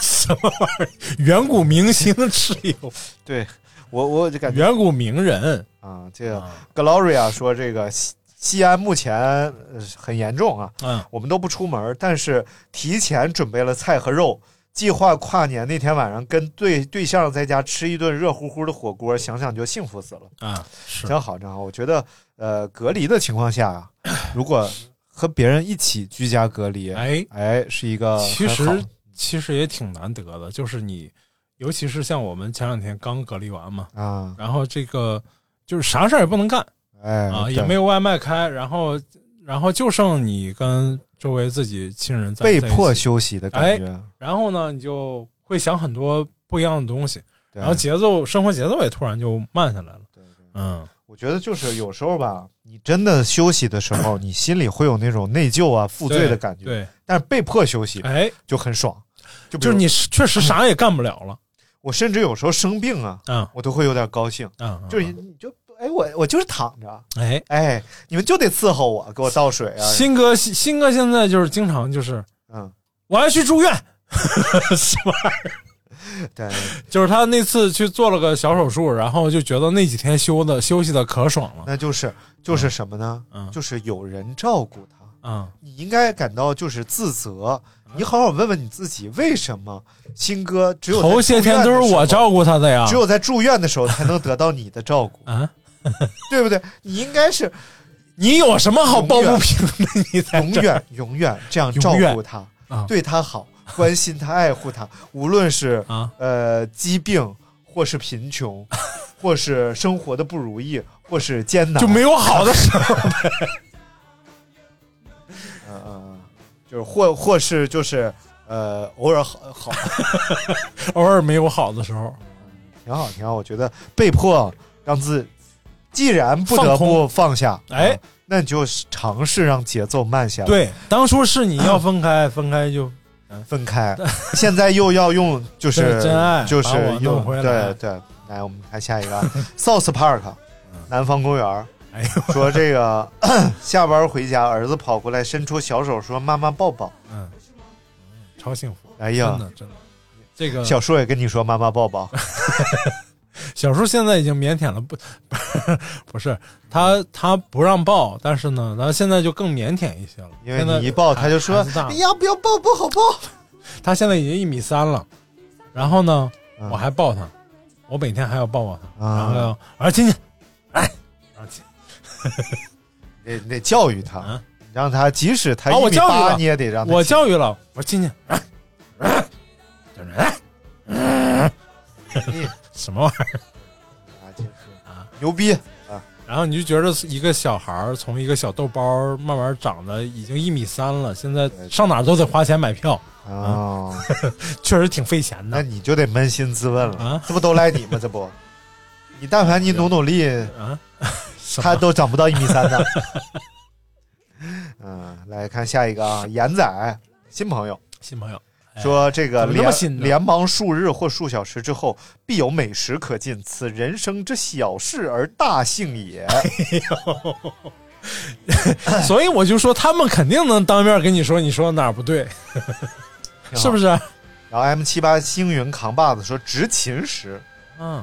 Speaker 9: 什么玩意儿？远古明星蚩尤，
Speaker 8: 对我我就感觉
Speaker 9: 远古名人
Speaker 8: 哎啊，这个
Speaker 9: 啊，
Speaker 8: Gloria 说这个西西安目前呃很严重啊，
Speaker 9: 嗯，
Speaker 8: 我们都不出门，但是提前准备了菜和肉。计划跨年那天晚上跟对对象在家吃一顿热乎乎的火锅，想想就幸福死了。
Speaker 9: 啊，是
Speaker 8: 真好，真好。我觉得，呃，隔离的情况下啊，如果和别人一起居家隔离，哎，
Speaker 9: 哎，
Speaker 8: 是一个
Speaker 9: 其
Speaker 8: 很
Speaker 9: 实
Speaker 8: 呃好
Speaker 9: 其实也挺难得的，就是你，尤其是像我们前两天刚隔离完嘛，
Speaker 8: 啊，
Speaker 9: 然后这个就是啥事儿也不能干
Speaker 8: 哎，
Speaker 9: 啊，
Speaker 8: 对
Speaker 9: 也没有外卖开，然后然后就剩你跟周围自己亲人在
Speaker 8: 被
Speaker 9: 在一起哎
Speaker 8: 迫休息的感觉。
Speaker 9: 然后呢，你就会想很多不一样的东西，
Speaker 8: 对
Speaker 9: 然后节奏生活节奏也突然就慢下来了，
Speaker 8: 对对
Speaker 9: 嗯，
Speaker 8: 我觉得就是有时候吧，你真的休息的时候，你心里会有那种内疚啊、负罪的感觉，
Speaker 9: 对，
Speaker 8: 但是被迫休息
Speaker 9: 哎，
Speaker 8: 就很爽。就比
Speaker 9: 就
Speaker 8: 如
Speaker 9: 是你是确实啥也干不了了，
Speaker 8: 我甚至有时候生病啊，
Speaker 9: 嗯
Speaker 8: 我都会有点高兴，
Speaker 9: 嗯，
Speaker 8: 就是
Speaker 9: 嗯
Speaker 8: 你就哎，我我就是躺着，
Speaker 9: 哎，
Speaker 8: 哎，你们就得伺候我，给我倒水啊，
Speaker 9: 新哥，新新哥现在就是经常就是
Speaker 8: 嗯，
Speaker 9: 我要去住院，什么玩意
Speaker 8: 对。
Speaker 9: 儿？就是他那次去做了个小手术，然后就觉得那几天休的休息的可爽了。
Speaker 8: 那就是就是什么呢？
Speaker 9: 嗯
Speaker 8: 就是有人照顾他。
Speaker 9: 嗯，
Speaker 8: 你应该感到就是自责，你好好问问你自己，为什么新哥只有在
Speaker 9: 头些
Speaker 8: 住院
Speaker 9: 天
Speaker 8: 的
Speaker 9: 都是
Speaker 8: 时
Speaker 9: 我
Speaker 8: 候
Speaker 9: 照顾他的呀。，
Speaker 8: 只有在住院的时候才能得到你的照顾
Speaker 9: 啊，
Speaker 8: 对不对？你应该是
Speaker 9: 你有什么好抱不平的？你才
Speaker 8: 永远永远这样照
Speaker 9: 哎永
Speaker 8: 顾
Speaker 9: 远
Speaker 8: 他
Speaker 9: 啊，
Speaker 8: 对他好，关心他，爱护 他，无论是
Speaker 9: 啊
Speaker 8: 呃疾病，或是贫 穷，或是生活的不如意，或是艰难，
Speaker 9: 就没有好的时候。
Speaker 8: 呃，就是或或是就是呃，偶尔好好
Speaker 9: 偶尔没有好的时候，
Speaker 8: 挺好挺好，我觉得被迫让自，既然不得
Speaker 9: 放
Speaker 8: 不
Speaker 9: 空
Speaker 8: 放下，
Speaker 9: 哎
Speaker 8: 啊那你就尝试让节奏慢下来，，
Speaker 9: 对，当初是你要分开，分开就
Speaker 8: 分开，现在又要 用就是
Speaker 9: 对真爱
Speaker 8: 就是
Speaker 9: 把我
Speaker 8: 用
Speaker 9: 弄回
Speaker 8: 对
Speaker 9: 来
Speaker 8: 对，来我们看下一个啊 South Park，南方公园。
Speaker 9: 嗯哎呦，
Speaker 8: 说这个 下班回家，儿子跑过来伸出小手说：“妈妈抱抱。
Speaker 9: 嗯，超幸福，”
Speaker 8: 哎
Speaker 9: 真
Speaker 8: 呀，
Speaker 9: 的真的。这个
Speaker 8: 小叔也跟你说：“妈妈抱 抱。”
Speaker 9: 小叔现在已经腼腆了，不， 不是他他不让抱，但是呢，他现在就更腼腆一些了。
Speaker 8: 因为
Speaker 9: 现在
Speaker 8: 你一抱，他就说
Speaker 9: 孩子：“大
Speaker 8: 哎
Speaker 9: 了
Speaker 8: 呀，不要抱，不好抱。
Speaker 9: 他现在已经一米三了，然后呢，
Speaker 8: 嗯
Speaker 9: 我还抱他，我每天还要抱抱他，
Speaker 8: 啊
Speaker 9: 然后要儿亲亲，来，儿亲，”
Speaker 8: 你得你得教育他
Speaker 9: 啊，
Speaker 8: 让他即使他
Speaker 9: 啊
Speaker 8: 哎一
Speaker 9: 我
Speaker 8: 米
Speaker 9: 教育
Speaker 8: 八，
Speaker 9: 了
Speaker 8: 你也得让他
Speaker 9: 我教育了，我说亲亲，来，来，就是来，
Speaker 8: 你
Speaker 9: 什么玩意儿？
Speaker 8: 啊，就是牛逼啊！
Speaker 9: 然后你就觉得一个小孩儿 从一个小豆包儿慢慢长得已经一米三了，现在上哪儿都得花钱买票，
Speaker 8: 哦，
Speaker 9: 确实挺费钱
Speaker 8: 那
Speaker 9: 的。
Speaker 8: 你就得扪心自问了
Speaker 9: 啊，
Speaker 8: 这不都赖你吗？这不，你但凡你努努力，
Speaker 9: 啊，什
Speaker 8: 他
Speaker 9: 么
Speaker 8: 都长不到一米三 的。嗯，来看下一个啊，严仔新朋友
Speaker 9: 新朋友 哎
Speaker 8: 说，这个
Speaker 9: 怎么那么
Speaker 8: 连
Speaker 9: 新呢
Speaker 8: 连忙数日或数小时之后，必有美食可进，此人生之小事而大幸 也。
Speaker 9: 所以我就说他们肯定能当面跟你说你说哪儿不对，是不
Speaker 8: 是？
Speaker 9: 是？
Speaker 8: 然后 M 七八星云扛把子说，执勤时
Speaker 9: 嗯，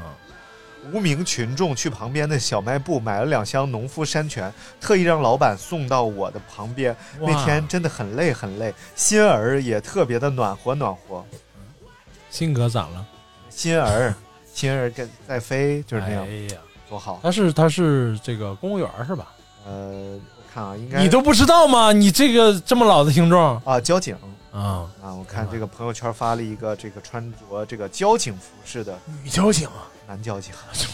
Speaker 8: 无名群众去旁边的小卖部买了两箱农夫山泉，特意让老板送到我的旁边。
Speaker 9: 哇
Speaker 8: 那天真的很累很累，心儿也特别的暖和暖和。
Speaker 9: 新哥咋了？
Speaker 8: 心儿，心儿跟在飞，就是那样，
Speaker 9: 哎呀，
Speaker 8: 多好。
Speaker 9: 他是他是这个公务员儿是吧？
Speaker 8: 呃，我看啊，应该
Speaker 9: 你都不知道吗？你这个这么老的听众
Speaker 8: 啊，交警
Speaker 9: 啊，
Speaker 8: 啊，我看这个朋友圈发了一个这个穿着这个交警服饰的
Speaker 9: 女交警啊，
Speaker 8: 男交警，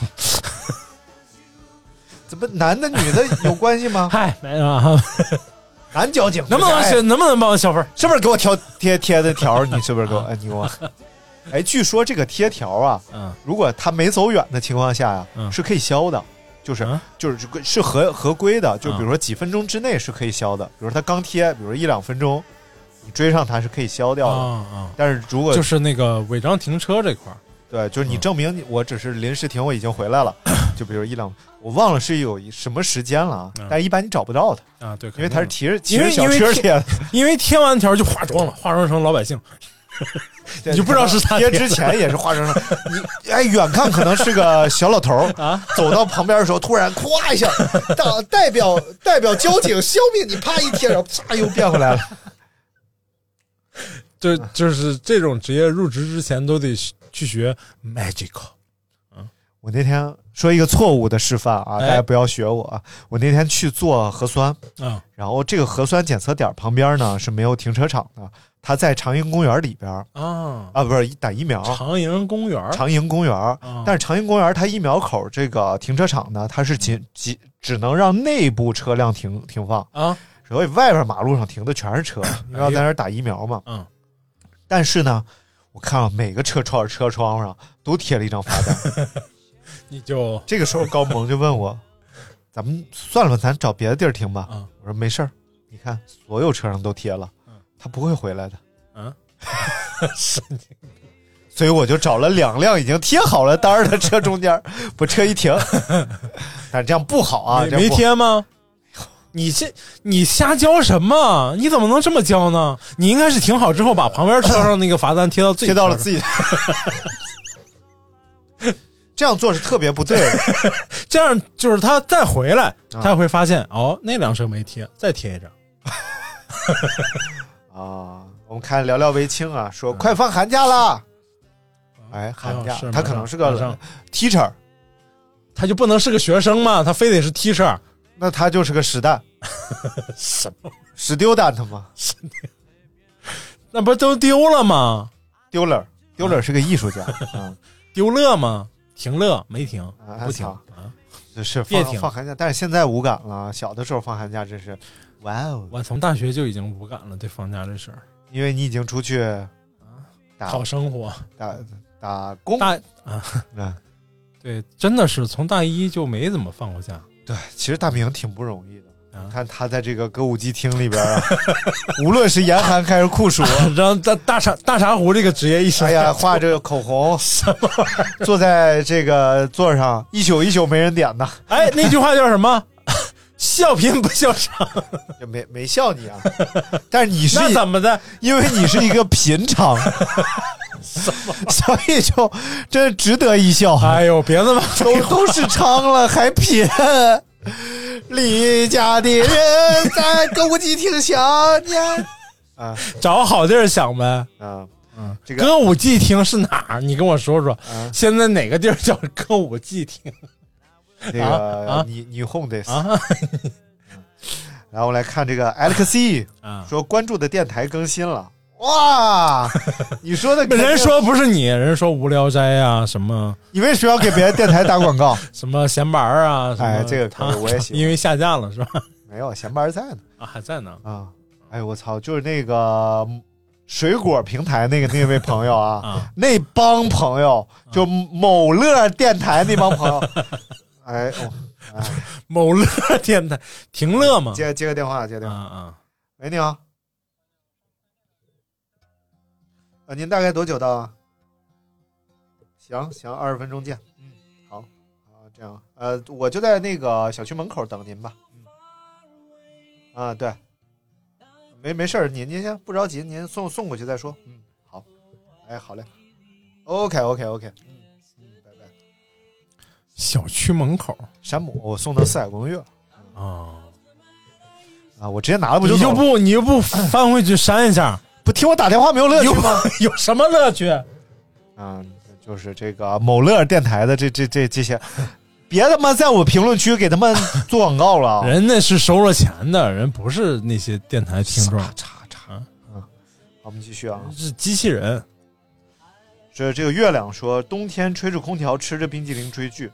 Speaker 8: 怎么男的女的有关系 吗？
Speaker 9: 嗨，没有 啊，
Speaker 8: 男交警
Speaker 9: 能不能
Speaker 8: 哎
Speaker 9: 是能不能帮我消分儿？
Speaker 8: 是不是给我挑贴贴的条儿？你是不 是给我？哎，你给我。哎，据说这个贴条啊，
Speaker 9: 嗯，
Speaker 8: 如果他没走远的情况下呀、
Speaker 9: 嗯
Speaker 8: 是可以消的，就是、
Speaker 9: 啊
Speaker 8: 就是是合合规的，就
Speaker 9: 嗯
Speaker 8: 比如说几分钟之内是可以消的，比如说他刚贴，比如说一两分钟，你追上他是可以消掉
Speaker 9: 啊
Speaker 8: 的。
Speaker 9: 啊，
Speaker 8: 但是如果、
Speaker 9: 就是嗯那个违章停车这块儿，
Speaker 8: 对，就是你证明你我只是临时停，我已经回来了，就比如一两，我忘了是有一什么时间了啊，
Speaker 9: 嗯
Speaker 8: 但是一般你找不到他，
Speaker 9: 啊，对，
Speaker 8: 因为他是
Speaker 9: 肯定
Speaker 8: 骑着骑
Speaker 9: 因
Speaker 8: 着
Speaker 9: 为
Speaker 8: 小
Speaker 9: 因为
Speaker 8: 车
Speaker 9: 贴
Speaker 8: 贴的，
Speaker 9: 的因为贴完条就化妆了， 化妆成老百姓，
Speaker 8: 对
Speaker 9: 你就不知道是他
Speaker 8: 贴
Speaker 9: 贴
Speaker 8: 之 前也是化妆上，你哎远看可能是个小老头啊，走到旁边的时候突然咵一下，代代表代表交警消灭你，啪一贴，然后啪又变回来了。
Speaker 9: 就就是这种职业入职之前都得去学 magical
Speaker 8: 我那天说一个错误的示范啊，大
Speaker 9: 哎
Speaker 8: 家不要学我啊。我那天去做核酸，
Speaker 9: 啊，
Speaker 8: 然后这个核酸检测点旁边呢是没有停车场的，它在长营公园里边儿
Speaker 9: 啊，
Speaker 8: 啊，不是打疫苗。
Speaker 9: 长营公园儿
Speaker 8: 长营公园儿，
Speaker 9: 啊
Speaker 8: 但是长营公园儿它一秒口这个停车场呢，它是仅仅只能让内部车辆停停放，
Speaker 9: 啊，哎
Speaker 8: 所以外边马路上停的全是车，因为要在那儿打疫苗嘛。
Speaker 9: 嗯，
Speaker 8: 但是呢，我看到每个车窗车窗上都贴了一张罚单。
Speaker 9: 你就
Speaker 8: 这个时候，高萌就问 我：“咱们算了吧，咱找别的地儿停吧。
Speaker 9: 嗯
Speaker 8: 我说：“没事儿，你看所有车上都贴了，他不会回来的。”
Speaker 9: 嗯，
Speaker 8: 神经病。 所以我就找了两辆已经贴好了单儿的车中 间儿，把车一停。但这样不好啊，
Speaker 9: 没
Speaker 8: 这样
Speaker 9: 没
Speaker 8: 不好
Speaker 9: 贴吗？你这你瞎教什么？你怎么能这么教呢？你应该是停好之后把旁边车上那个罚单贴到自己
Speaker 8: 贴到了
Speaker 9: 己，
Speaker 8: 自己。这样做是特别不对 的。
Speaker 9: 这样就是他再回来，他会发现哦，那辆车没贴，再贴一张。
Speaker 8: 啊，我们看聊聊维青啊，说快
Speaker 9: 嗯
Speaker 8: 放寒假啦！哎，寒假
Speaker 9: 哎呦是
Speaker 8: 他
Speaker 9: 马
Speaker 8: 可
Speaker 9: 上
Speaker 8: 能是
Speaker 9: 马
Speaker 8: 个
Speaker 9: 上
Speaker 8: teacher，
Speaker 9: 他就不能是个学生嘛？他非得是 teacher，
Speaker 8: 那他就是个屎蛋，
Speaker 9: 什么？
Speaker 8: 屎丢蛋他妈
Speaker 9: 那不都丢了吗？
Speaker 8: 丢了丢了是个艺术 家啊，
Speaker 9: 丢乐吗？停乐没停
Speaker 8: 啊，
Speaker 9: 不停
Speaker 8: 操
Speaker 9: 啊！
Speaker 8: 就是
Speaker 9: 别
Speaker 8: 放
Speaker 9: 停
Speaker 8: 放寒假，但是现在无感了。小的时候放寒假真是，哇哦，
Speaker 9: 我从大学就已经无感了对放假这事 儿，
Speaker 8: 因为你已经出去打
Speaker 9: 讨生活
Speaker 8: 打打工
Speaker 9: 大
Speaker 8: 啊。
Speaker 9: 对，真的是从大一就没怎么放过假。
Speaker 8: 对，其实大明挺不容易的。
Speaker 9: 啊
Speaker 8: 你看他在这个歌舞伎厅里边啊， 无论是严寒还是酷 暑， 啊
Speaker 9: 然后大大茶大茶壶这个职业一上
Speaker 8: 哎呀，画这个口红，什么坐在这个座上，一宿一宿没人点呐，
Speaker 9: 哎，那句话叫什么？ 笑贫不笑娼，
Speaker 8: 就没没笑你啊。但是你是
Speaker 9: 那怎么的？
Speaker 8: 因为你是一个贫娼，所以就真值得一笑。
Speaker 9: 哎呦，别这么
Speaker 8: 都都是娼了还贫，离家的人在歌舞伎厅想念。啊
Speaker 9: 找好地儿想呗。
Speaker 8: 啊，这个
Speaker 9: 歌舞伎厅是哪儿？你跟我说说，
Speaker 8: 啊
Speaker 9: 现在哪个地儿叫歌舞伎厅
Speaker 8: 那个、
Speaker 9: 啊啊
Speaker 8: 你你哄得死。
Speaker 9: 啊？
Speaker 8: 然后我来看这个 Alex
Speaker 9: 啊，
Speaker 8: 说关注的电台更新 了，哇！你说的肯定
Speaker 9: 人说不是你，人说无聊斋啊，什么
Speaker 8: 你为什么要给别的电台打广告？
Speaker 9: 什么闲玩儿啊，什么
Speaker 8: 哎这个可
Speaker 9: 他
Speaker 8: 以我也喜欢
Speaker 9: 因为下架了是吧？
Speaker 8: 没有，闲班在呢
Speaker 9: 啊，还在呢
Speaker 8: 啊！哎呦我操，就是那个水果平台那个那位朋友啊，
Speaker 9: 啊
Speaker 8: 那帮朋友就某乐电台那帮朋友， 哎，我
Speaker 9: 某乐 电台停乐吗？
Speaker 8: 接接个电话，接个电
Speaker 9: 啊
Speaker 8: 话。
Speaker 9: 啊，
Speaker 8: 喂，你好。呃，您大概多久到啊？行行，二十分钟见。嗯，好，啊，这样，呃，我就在那个小区门口等您吧。嗯，啊，对，没没事儿，您您先不着急，您送送过去再说。嗯，好，哎，好嘞，OK OK OK，嗯嗯，拜拜。
Speaker 9: 小区门口
Speaker 8: 山姆，我送到四海公寓了
Speaker 9: 啊，
Speaker 8: 啊，我直接拿哦了不就
Speaker 9: 你
Speaker 8: 走
Speaker 9: 就
Speaker 8: 了
Speaker 9: 不你就不翻回去删 一下，
Speaker 8: 不听我打电话没有乐趣
Speaker 9: 有
Speaker 8: 吗？
Speaker 9: 有什么乐趣？
Speaker 8: 嗯，就是这个某乐电台的这这这这些，别他妈在我评论区给他 们做广告了啊！
Speaker 9: 人那是收了钱的，人不是那些电台听众，
Speaker 8: 叉叉
Speaker 9: 啊
Speaker 8: 嗯，好，我们继续啊。
Speaker 9: 是机器人。
Speaker 8: 这这个月亮说，冬天吹着空调，吃着冰激凌追剧，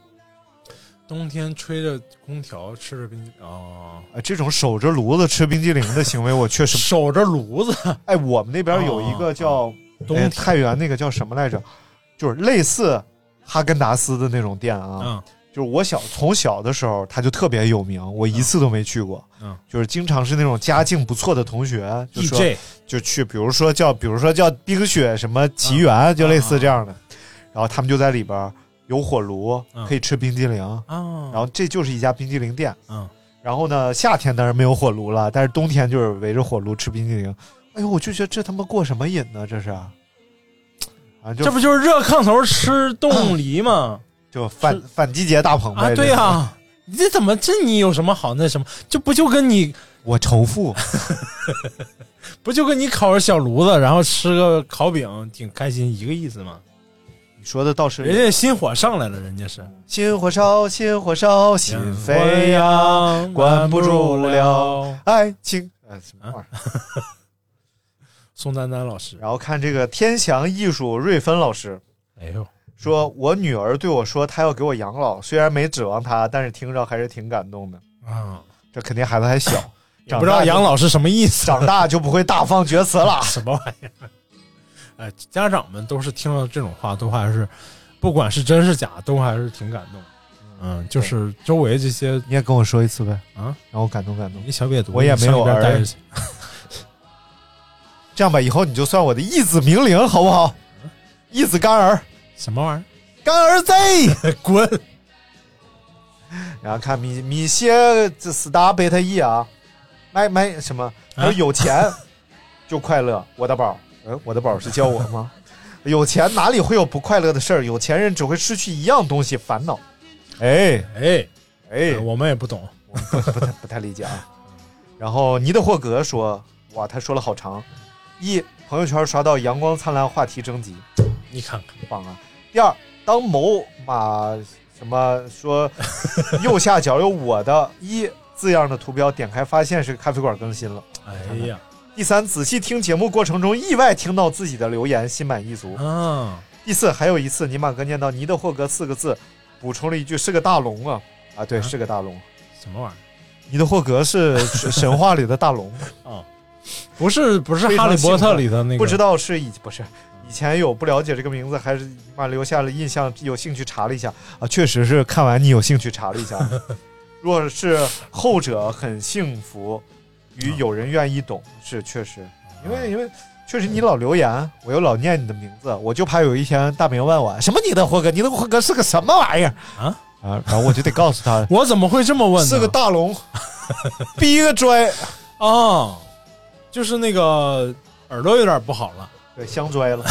Speaker 9: 冬天吹着空调，吃着冰激凌，哦，
Speaker 8: 哎，这种守着炉子吃冰激凌的行为，我确实，
Speaker 9: 守着炉子。
Speaker 8: 哎，我们那边有一个叫
Speaker 9: 啊冬
Speaker 8: 哎
Speaker 9: 天，
Speaker 8: 太原那个叫什么来着，就是类似哈根达斯的那种店啊，
Speaker 9: 嗯
Speaker 8: 就是我小从小的时候，他就特别有名，我一次都没去过。
Speaker 9: 嗯
Speaker 8: 就是经常是那种家境不错的同学，就说
Speaker 9: ，EJ
Speaker 8: 就去，比如说叫，比如说叫冰雪什么奇缘，
Speaker 9: 嗯
Speaker 8: 就类似这样的。然后他们就在里边儿有火炉，
Speaker 9: 嗯
Speaker 8: 可以吃冰激凌。
Speaker 9: 啊，
Speaker 8: 然后这就是一家冰激凌店。
Speaker 9: 嗯，
Speaker 8: 然后呢，夏天当然没有火炉了，但是冬天就是围着火炉吃冰激凌。哎呦，我就觉得这他妈过什么瘾呢？这是，啊，就
Speaker 9: 这不就是热炕头吃冻梨吗？
Speaker 8: 就反反季节大棚呗。
Speaker 9: 啊，对
Speaker 8: 这
Speaker 9: 呀、
Speaker 8: 是
Speaker 9: 啊，你这怎么这你有什么好那什么？这不就跟你
Speaker 8: 我仇富。
Speaker 9: 不就跟你烤着小炉子，然后吃个烤饼，挺开心一个意思吗？
Speaker 8: 你说的倒是
Speaker 9: 人家心火上来了，人家是
Speaker 8: 心火烧，心火烧，心
Speaker 9: 飞
Speaker 8: 飞呀，管不住
Speaker 9: 了
Speaker 8: 了。爱情。呃，什么玩意
Speaker 9: 啊
Speaker 8: 儿？
Speaker 9: 宋丹丹老师，
Speaker 8: 然后看这个天翔艺术瑞芬老师
Speaker 9: 哎呦，
Speaker 8: 说，我女儿对我说，她要给我养老，虽然没指望她，但是听着还是挺感动的。
Speaker 9: 啊，
Speaker 8: 这肯定孩子还 小，
Speaker 9: 也不知道养老是什么意 思，。
Speaker 8: 长大就不会大放厥词了
Speaker 9: 什么玩意儿？哎，家长们都是听到这种话，都还是不管是真是假，都还是挺感动。嗯，就是周围这些
Speaker 8: 你也跟我说一次呗，
Speaker 9: 啊，
Speaker 8: 让我感动感动
Speaker 9: 你。小瘪犊子，
Speaker 8: 我也没有
Speaker 9: 上一边
Speaker 8: 儿
Speaker 9: 待着去。
Speaker 8: 这样吧，以后你就算我的义子名伶，好不好？义子干儿，
Speaker 9: 什么玩
Speaker 8: 干儿 Z。
Speaker 9: 意儿？滚！
Speaker 8: 然后看米米歇这 star 贝塔 E 啊，买买什么？他说有钱就快乐，我的宝。嗯，我的宝是教我 吗？有钱哪里会有不快乐的事儿？有钱人只会失去一样东西——烦恼。哎
Speaker 9: 哎，
Speaker 8: 哎，
Speaker 9: 我们也不懂。
Speaker 8: 我不不太不太理解啊。然后尼德霍格说：“哇，他说了好长。一，朋友圈刷到阳光灿烂话题征集，
Speaker 9: 你看看，
Speaker 8: 棒啊！第二，当某马什么说右下角有我的一字样的图标，点开发现是咖啡馆更新了。
Speaker 9: 哎呀，
Speaker 8: 第三，仔细听节目过程中意外听到自己的留言，心满意 足。
Speaker 9: 啊，
Speaker 8: 第四，还有一次尼玛哥念到尼德霍格四个字，补充了一句是个大龙啊啊，对，
Speaker 9: 啊
Speaker 8: 是个大龙。
Speaker 9: 什么玩意儿？
Speaker 8: 尼德霍格是是神话里的大龙，
Speaker 9: 不是不是
Speaker 8: 非常
Speaker 9: 哈利波特里的那个，
Speaker 8: 不知道是以不是。以前有不了解这个名字，还是妈留下了印象，有兴趣查了一下啊，确实是看完你有兴趣查了一 下。若是后者很幸福，与有人愿意懂，是确实，因
Speaker 9: 嗯
Speaker 8: 为因为确实你老留言，我又老念你的名字，我就怕有一天大明问我什么你的霍格，你的霍格是个什么玩意儿
Speaker 9: 啊
Speaker 8: 啊，然后我就得告诉他
Speaker 9: 我怎么会这么 问呢？
Speaker 8: 是个大龙，逼个拽，
Speaker 9: 哦，就是那个耳朵有点不好了。
Speaker 8: 对，香拽了。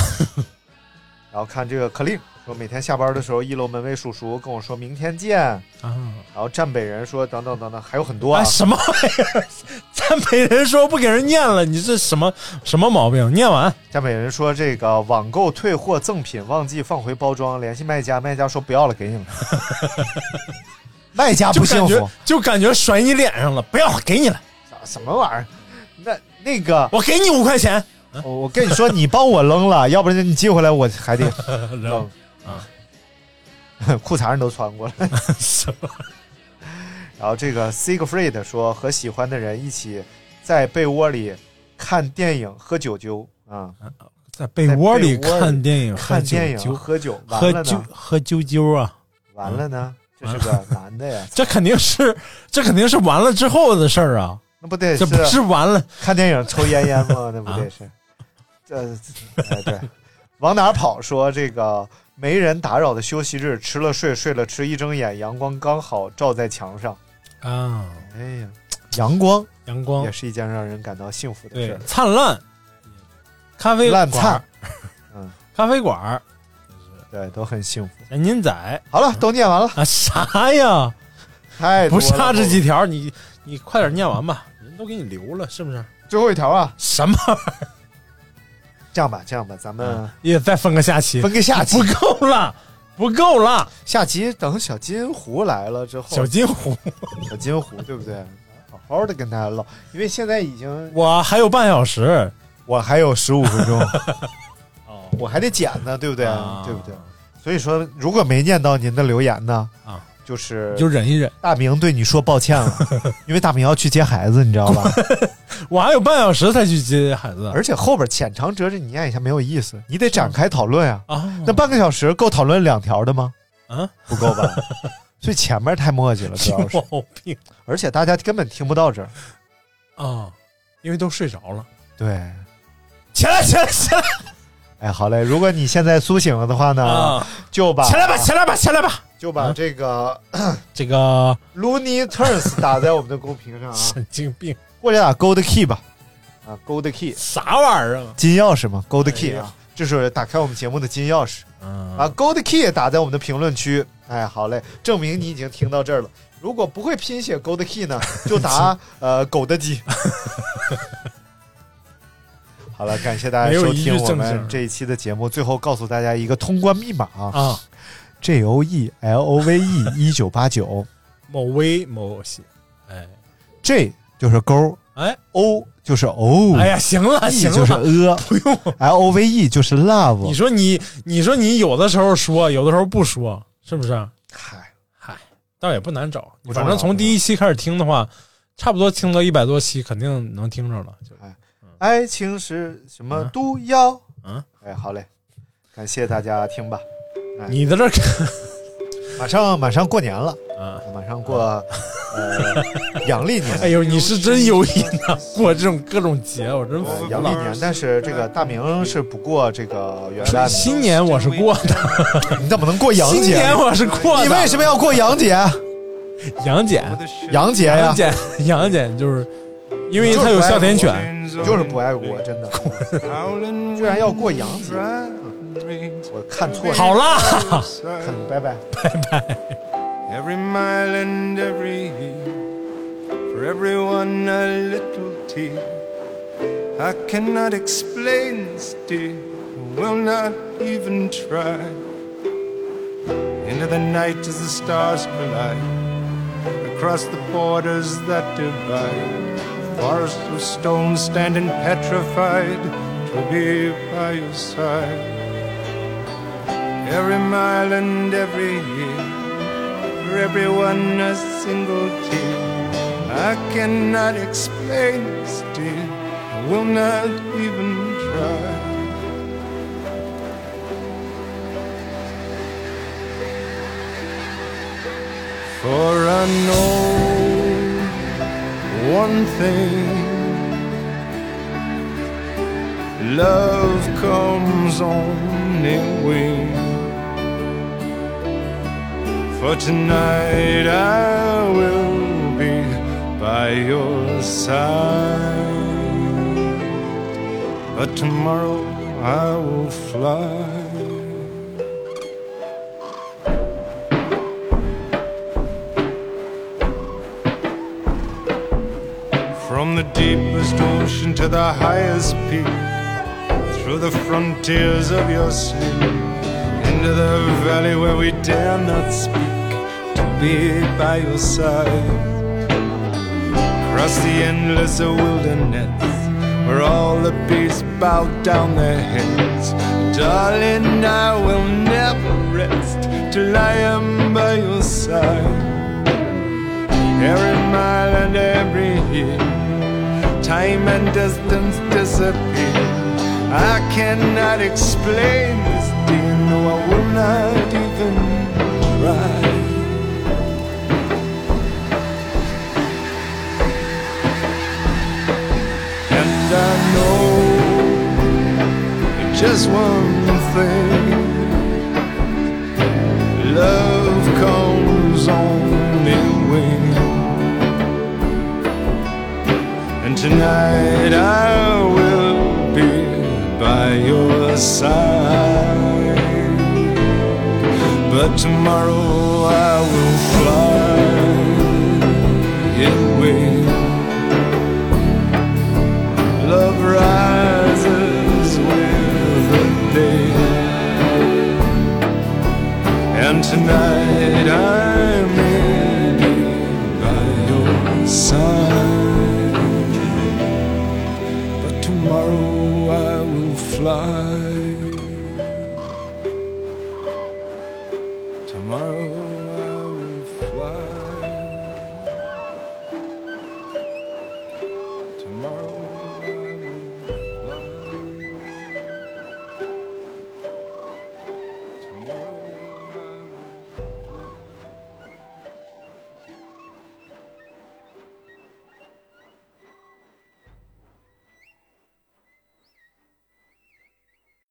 Speaker 8: 然后看这个可令说，每天下班的时候，一楼门卫叔叔跟我说明天见。
Speaker 9: 啊，
Speaker 8: 然后站北人说等等等等，还有很多啊
Speaker 9: 哎，。什么玩意儿？ 赞美人说不给人念了，你这什么什么毛病？念完
Speaker 8: 站北人说这个网购退货赠品忘记放回包装，联系卖家，卖家说不要了，给 你了。卖家
Speaker 9: 就
Speaker 8: 不幸
Speaker 9: 感觉
Speaker 8: 福，
Speaker 9: 就感觉甩你脸上了，不要了，给你了，
Speaker 8: 什么玩意儿？那那个，
Speaker 9: 我给你五块钱。
Speaker 8: 我我跟你说，你帮我扔了，要不然你寄回来我还得
Speaker 9: 然
Speaker 8: 扔
Speaker 9: 后。啊，
Speaker 8: 裤衩人都穿过了。
Speaker 9: 什 么？
Speaker 8: 然后这个 Siegfried 说和喜欢的人一起在被窝里看电影、喝酒酒啊、啊，
Speaker 9: 在被窝里
Speaker 8: 在被窝里
Speaker 9: 看电影、
Speaker 8: 看电
Speaker 9: 喝酒
Speaker 8: 影、喝酒，
Speaker 9: 喝
Speaker 8: 完了
Speaker 9: 酒
Speaker 8: 呢，
Speaker 9: 喝啾啾啊！
Speaker 8: 完了呢，这是个男的呀，
Speaker 9: 这肯定是，这肯定是完了之后的事儿啊！
Speaker 8: 那不得
Speaker 9: 这不是啊完了，
Speaker 8: 看电影抽烟烟 吗？那不得是，这这哎对，往哪儿跑？说这个没人打扰的休息日，吃了睡，睡了吃，一睁眼阳光刚好照在墙上。
Speaker 9: 啊，
Speaker 8: 哎呀，阳光
Speaker 9: 阳光
Speaker 8: 也是一件让人感到幸福的事
Speaker 9: 哦对
Speaker 8: 儿。
Speaker 9: 灿烂，咖啡
Speaker 8: 烂
Speaker 9: 馆儿，
Speaker 8: 嗯，
Speaker 9: 咖啡馆儿，
Speaker 8: 对，都很幸福。
Speaker 9: 南京仔
Speaker 8: 好了，都念完了，
Speaker 9: 啊，啥呀？
Speaker 8: 太多
Speaker 9: 不
Speaker 8: 了
Speaker 9: 是啊，这几条，你你快点念完吧，人都给你留了，是不是？
Speaker 8: 最后一条啊，
Speaker 9: 什么？
Speaker 8: 这样吧，这样吧，咱们
Speaker 9: 也再分个下棋，
Speaker 8: 分个下集
Speaker 9: 不。够了，不够了，
Speaker 8: 下集等小金狐来了之后，
Speaker 9: 小金虎，
Speaker 8: 小金狐对不对？好好的跟大家唠，因为现在已经
Speaker 9: 我还有半小时，
Speaker 8: 我还有十五 分钟，
Speaker 9: 哦，
Speaker 8: 我还得剪呢，对不对？
Speaker 9: 啊
Speaker 8: 对不对？所以说，如果没念到您的留言呢，
Speaker 9: 啊，
Speaker 8: 就是
Speaker 9: 你就忍一忍，
Speaker 8: 大明对你说抱歉 了，因为大明要去接孩子，你知道 吧？
Speaker 9: 我还有半小时才去接孩子
Speaker 8: 而且后边浅尝辄止，你念一下没有意思，你得展开讨论啊。
Speaker 9: 啊，
Speaker 8: 那半个小时够讨论两条的吗？
Speaker 9: 啊，
Speaker 8: 不够吧？ 所以前面太墨迹了，主
Speaker 9: 有
Speaker 8: 要是，
Speaker 9: 毛病
Speaker 8: 而且大家根本听不到这儿。
Speaker 9: 啊，因为都睡着了，
Speaker 8: 对，
Speaker 9: 起来起来起来
Speaker 8: 哎，好嘞，如果你现在苏醒了的话呢，
Speaker 9: 啊，
Speaker 8: 就把
Speaker 9: 起来吧啊起来吧起来吧，
Speaker 8: 就把这个
Speaker 9: 这个
Speaker 8: Looney Tunes 打在我们的公屏 上啊，
Speaker 9: 神经病
Speaker 8: 或者打 Gold Key 吧，啊，Gold Key
Speaker 9: 啥玩意儿啊？
Speaker 8: 金钥匙嘛，Gold Key
Speaker 9: 哎
Speaker 8: 啊
Speaker 9: 呀，
Speaker 8: 这是打开我们节目的金钥匙啊
Speaker 9: 嗯，
Speaker 8: ，Gold Key 打在我们的评论区，哎，好嘞，证明你已经听到这儿了。如果不会拼写 Gold Key 呢，就打呃狗的鸡。 好了，感谢大家
Speaker 9: 没有
Speaker 8: 收
Speaker 9: 一句
Speaker 8: 听我
Speaker 9: 正
Speaker 8: 们
Speaker 9: 经
Speaker 8: 这一期的节目。最后告诉大家一个通关密码啊
Speaker 9: 啊，
Speaker 8: ，J O E L O V E 一九八九
Speaker 9: 某威某喜，哎
Speaker 8: J 就是勾
Speaker 9: 哎
Speaker 8: ，O 就是哦，
Speaker 9: 哎呀，行了
Speaker 8: E
Speaker 9: 行
Speaker 8: 就是
Speaker 9: 了，
Speaker 8: 呃
Speaker 9: 不用，
Speaker 8: ，L O V E 就是
Speaker 9: 哎你
Speaker 8: love。
Speaker 9: 说你你说你有的时候说，有的时候不说，是不是？
Speaker 8: 嗨，
Speaker 9: 嗨，倒也不难找，
Speaker 8: 不重
Speaker 9: 反
Speaker 8: 要
Speaker 9: 正从第一期开始听的话，差不多听到一百多期，肯定能听着了。就
Speaker 8: 爱情是什么
Speaker 9: 嗯
Speaker 8: 毒药？
Speaker 9: 嗯，
Speaker 8: 哎，好嘞，感谢大家听吧。
Speaker 9: 你在这儿 看
Speaker 8: 马上马上过年了，
Speaker 9: 啊，
Speaker 8: 嗯马上过呃 阳历年，
Speaker 9: 哎呦，你是真有瘾呐！过这种各种节，我
Speaker 8: 呃
Speaker 9: 真服
Speaker 8: 阳历
Speaker 9: 了。
Speaker 8: 年，但是这个大明是不过这个元旦的。
Speaker 9: 新年我是过的，
Speaker 8: 你怎么能过阳
Speaker 9: 新
Speaker 8: 节？
Speaker 9: 年我是过的。
Speaker 8: 你为什么要过阳节？
Speaker 9: 杨戬，
Speaker 8: 阳节呀
Speaker 9: 杨，戬，杨戬就是因为他有哮天
Speaker 8: 哎
Speaker 9: 犬，
Speaker 8: 就是不爱国，真的。居然 要过阳节，我看错了。
Speaker 9: 好啦，
Speaker 8: 嗯，拜拜。
Speaker 2: Every mile and every heel, for everyone a little tear. I cannot explain this, dear, will not even try. Into the night as the stars collide, across the borders that divide, forests of stone standing petrified to be by your side. Every mile and every year for everyone a single tear. I cannot explain this, dear. I will not even try. For I know one thing love comes on a wing. For tonight I will be by your side. But tomorrow I will fly. From the deepest ocean to the highest peak, through the frontiers of your sleep, into the valley where we dare not speak, to be by your side. Across the endless wilderness, where all the beasts bow down their heads, darling, I will never rest till I am by your side. Every mile and every year, time and distance disappear. I cannot explain this dear, no, I will not even try. And I know just one thing love comes on in wings. And tonight I will be by your side. But tomorrow I will fly away. Love rises with the day. And tonight.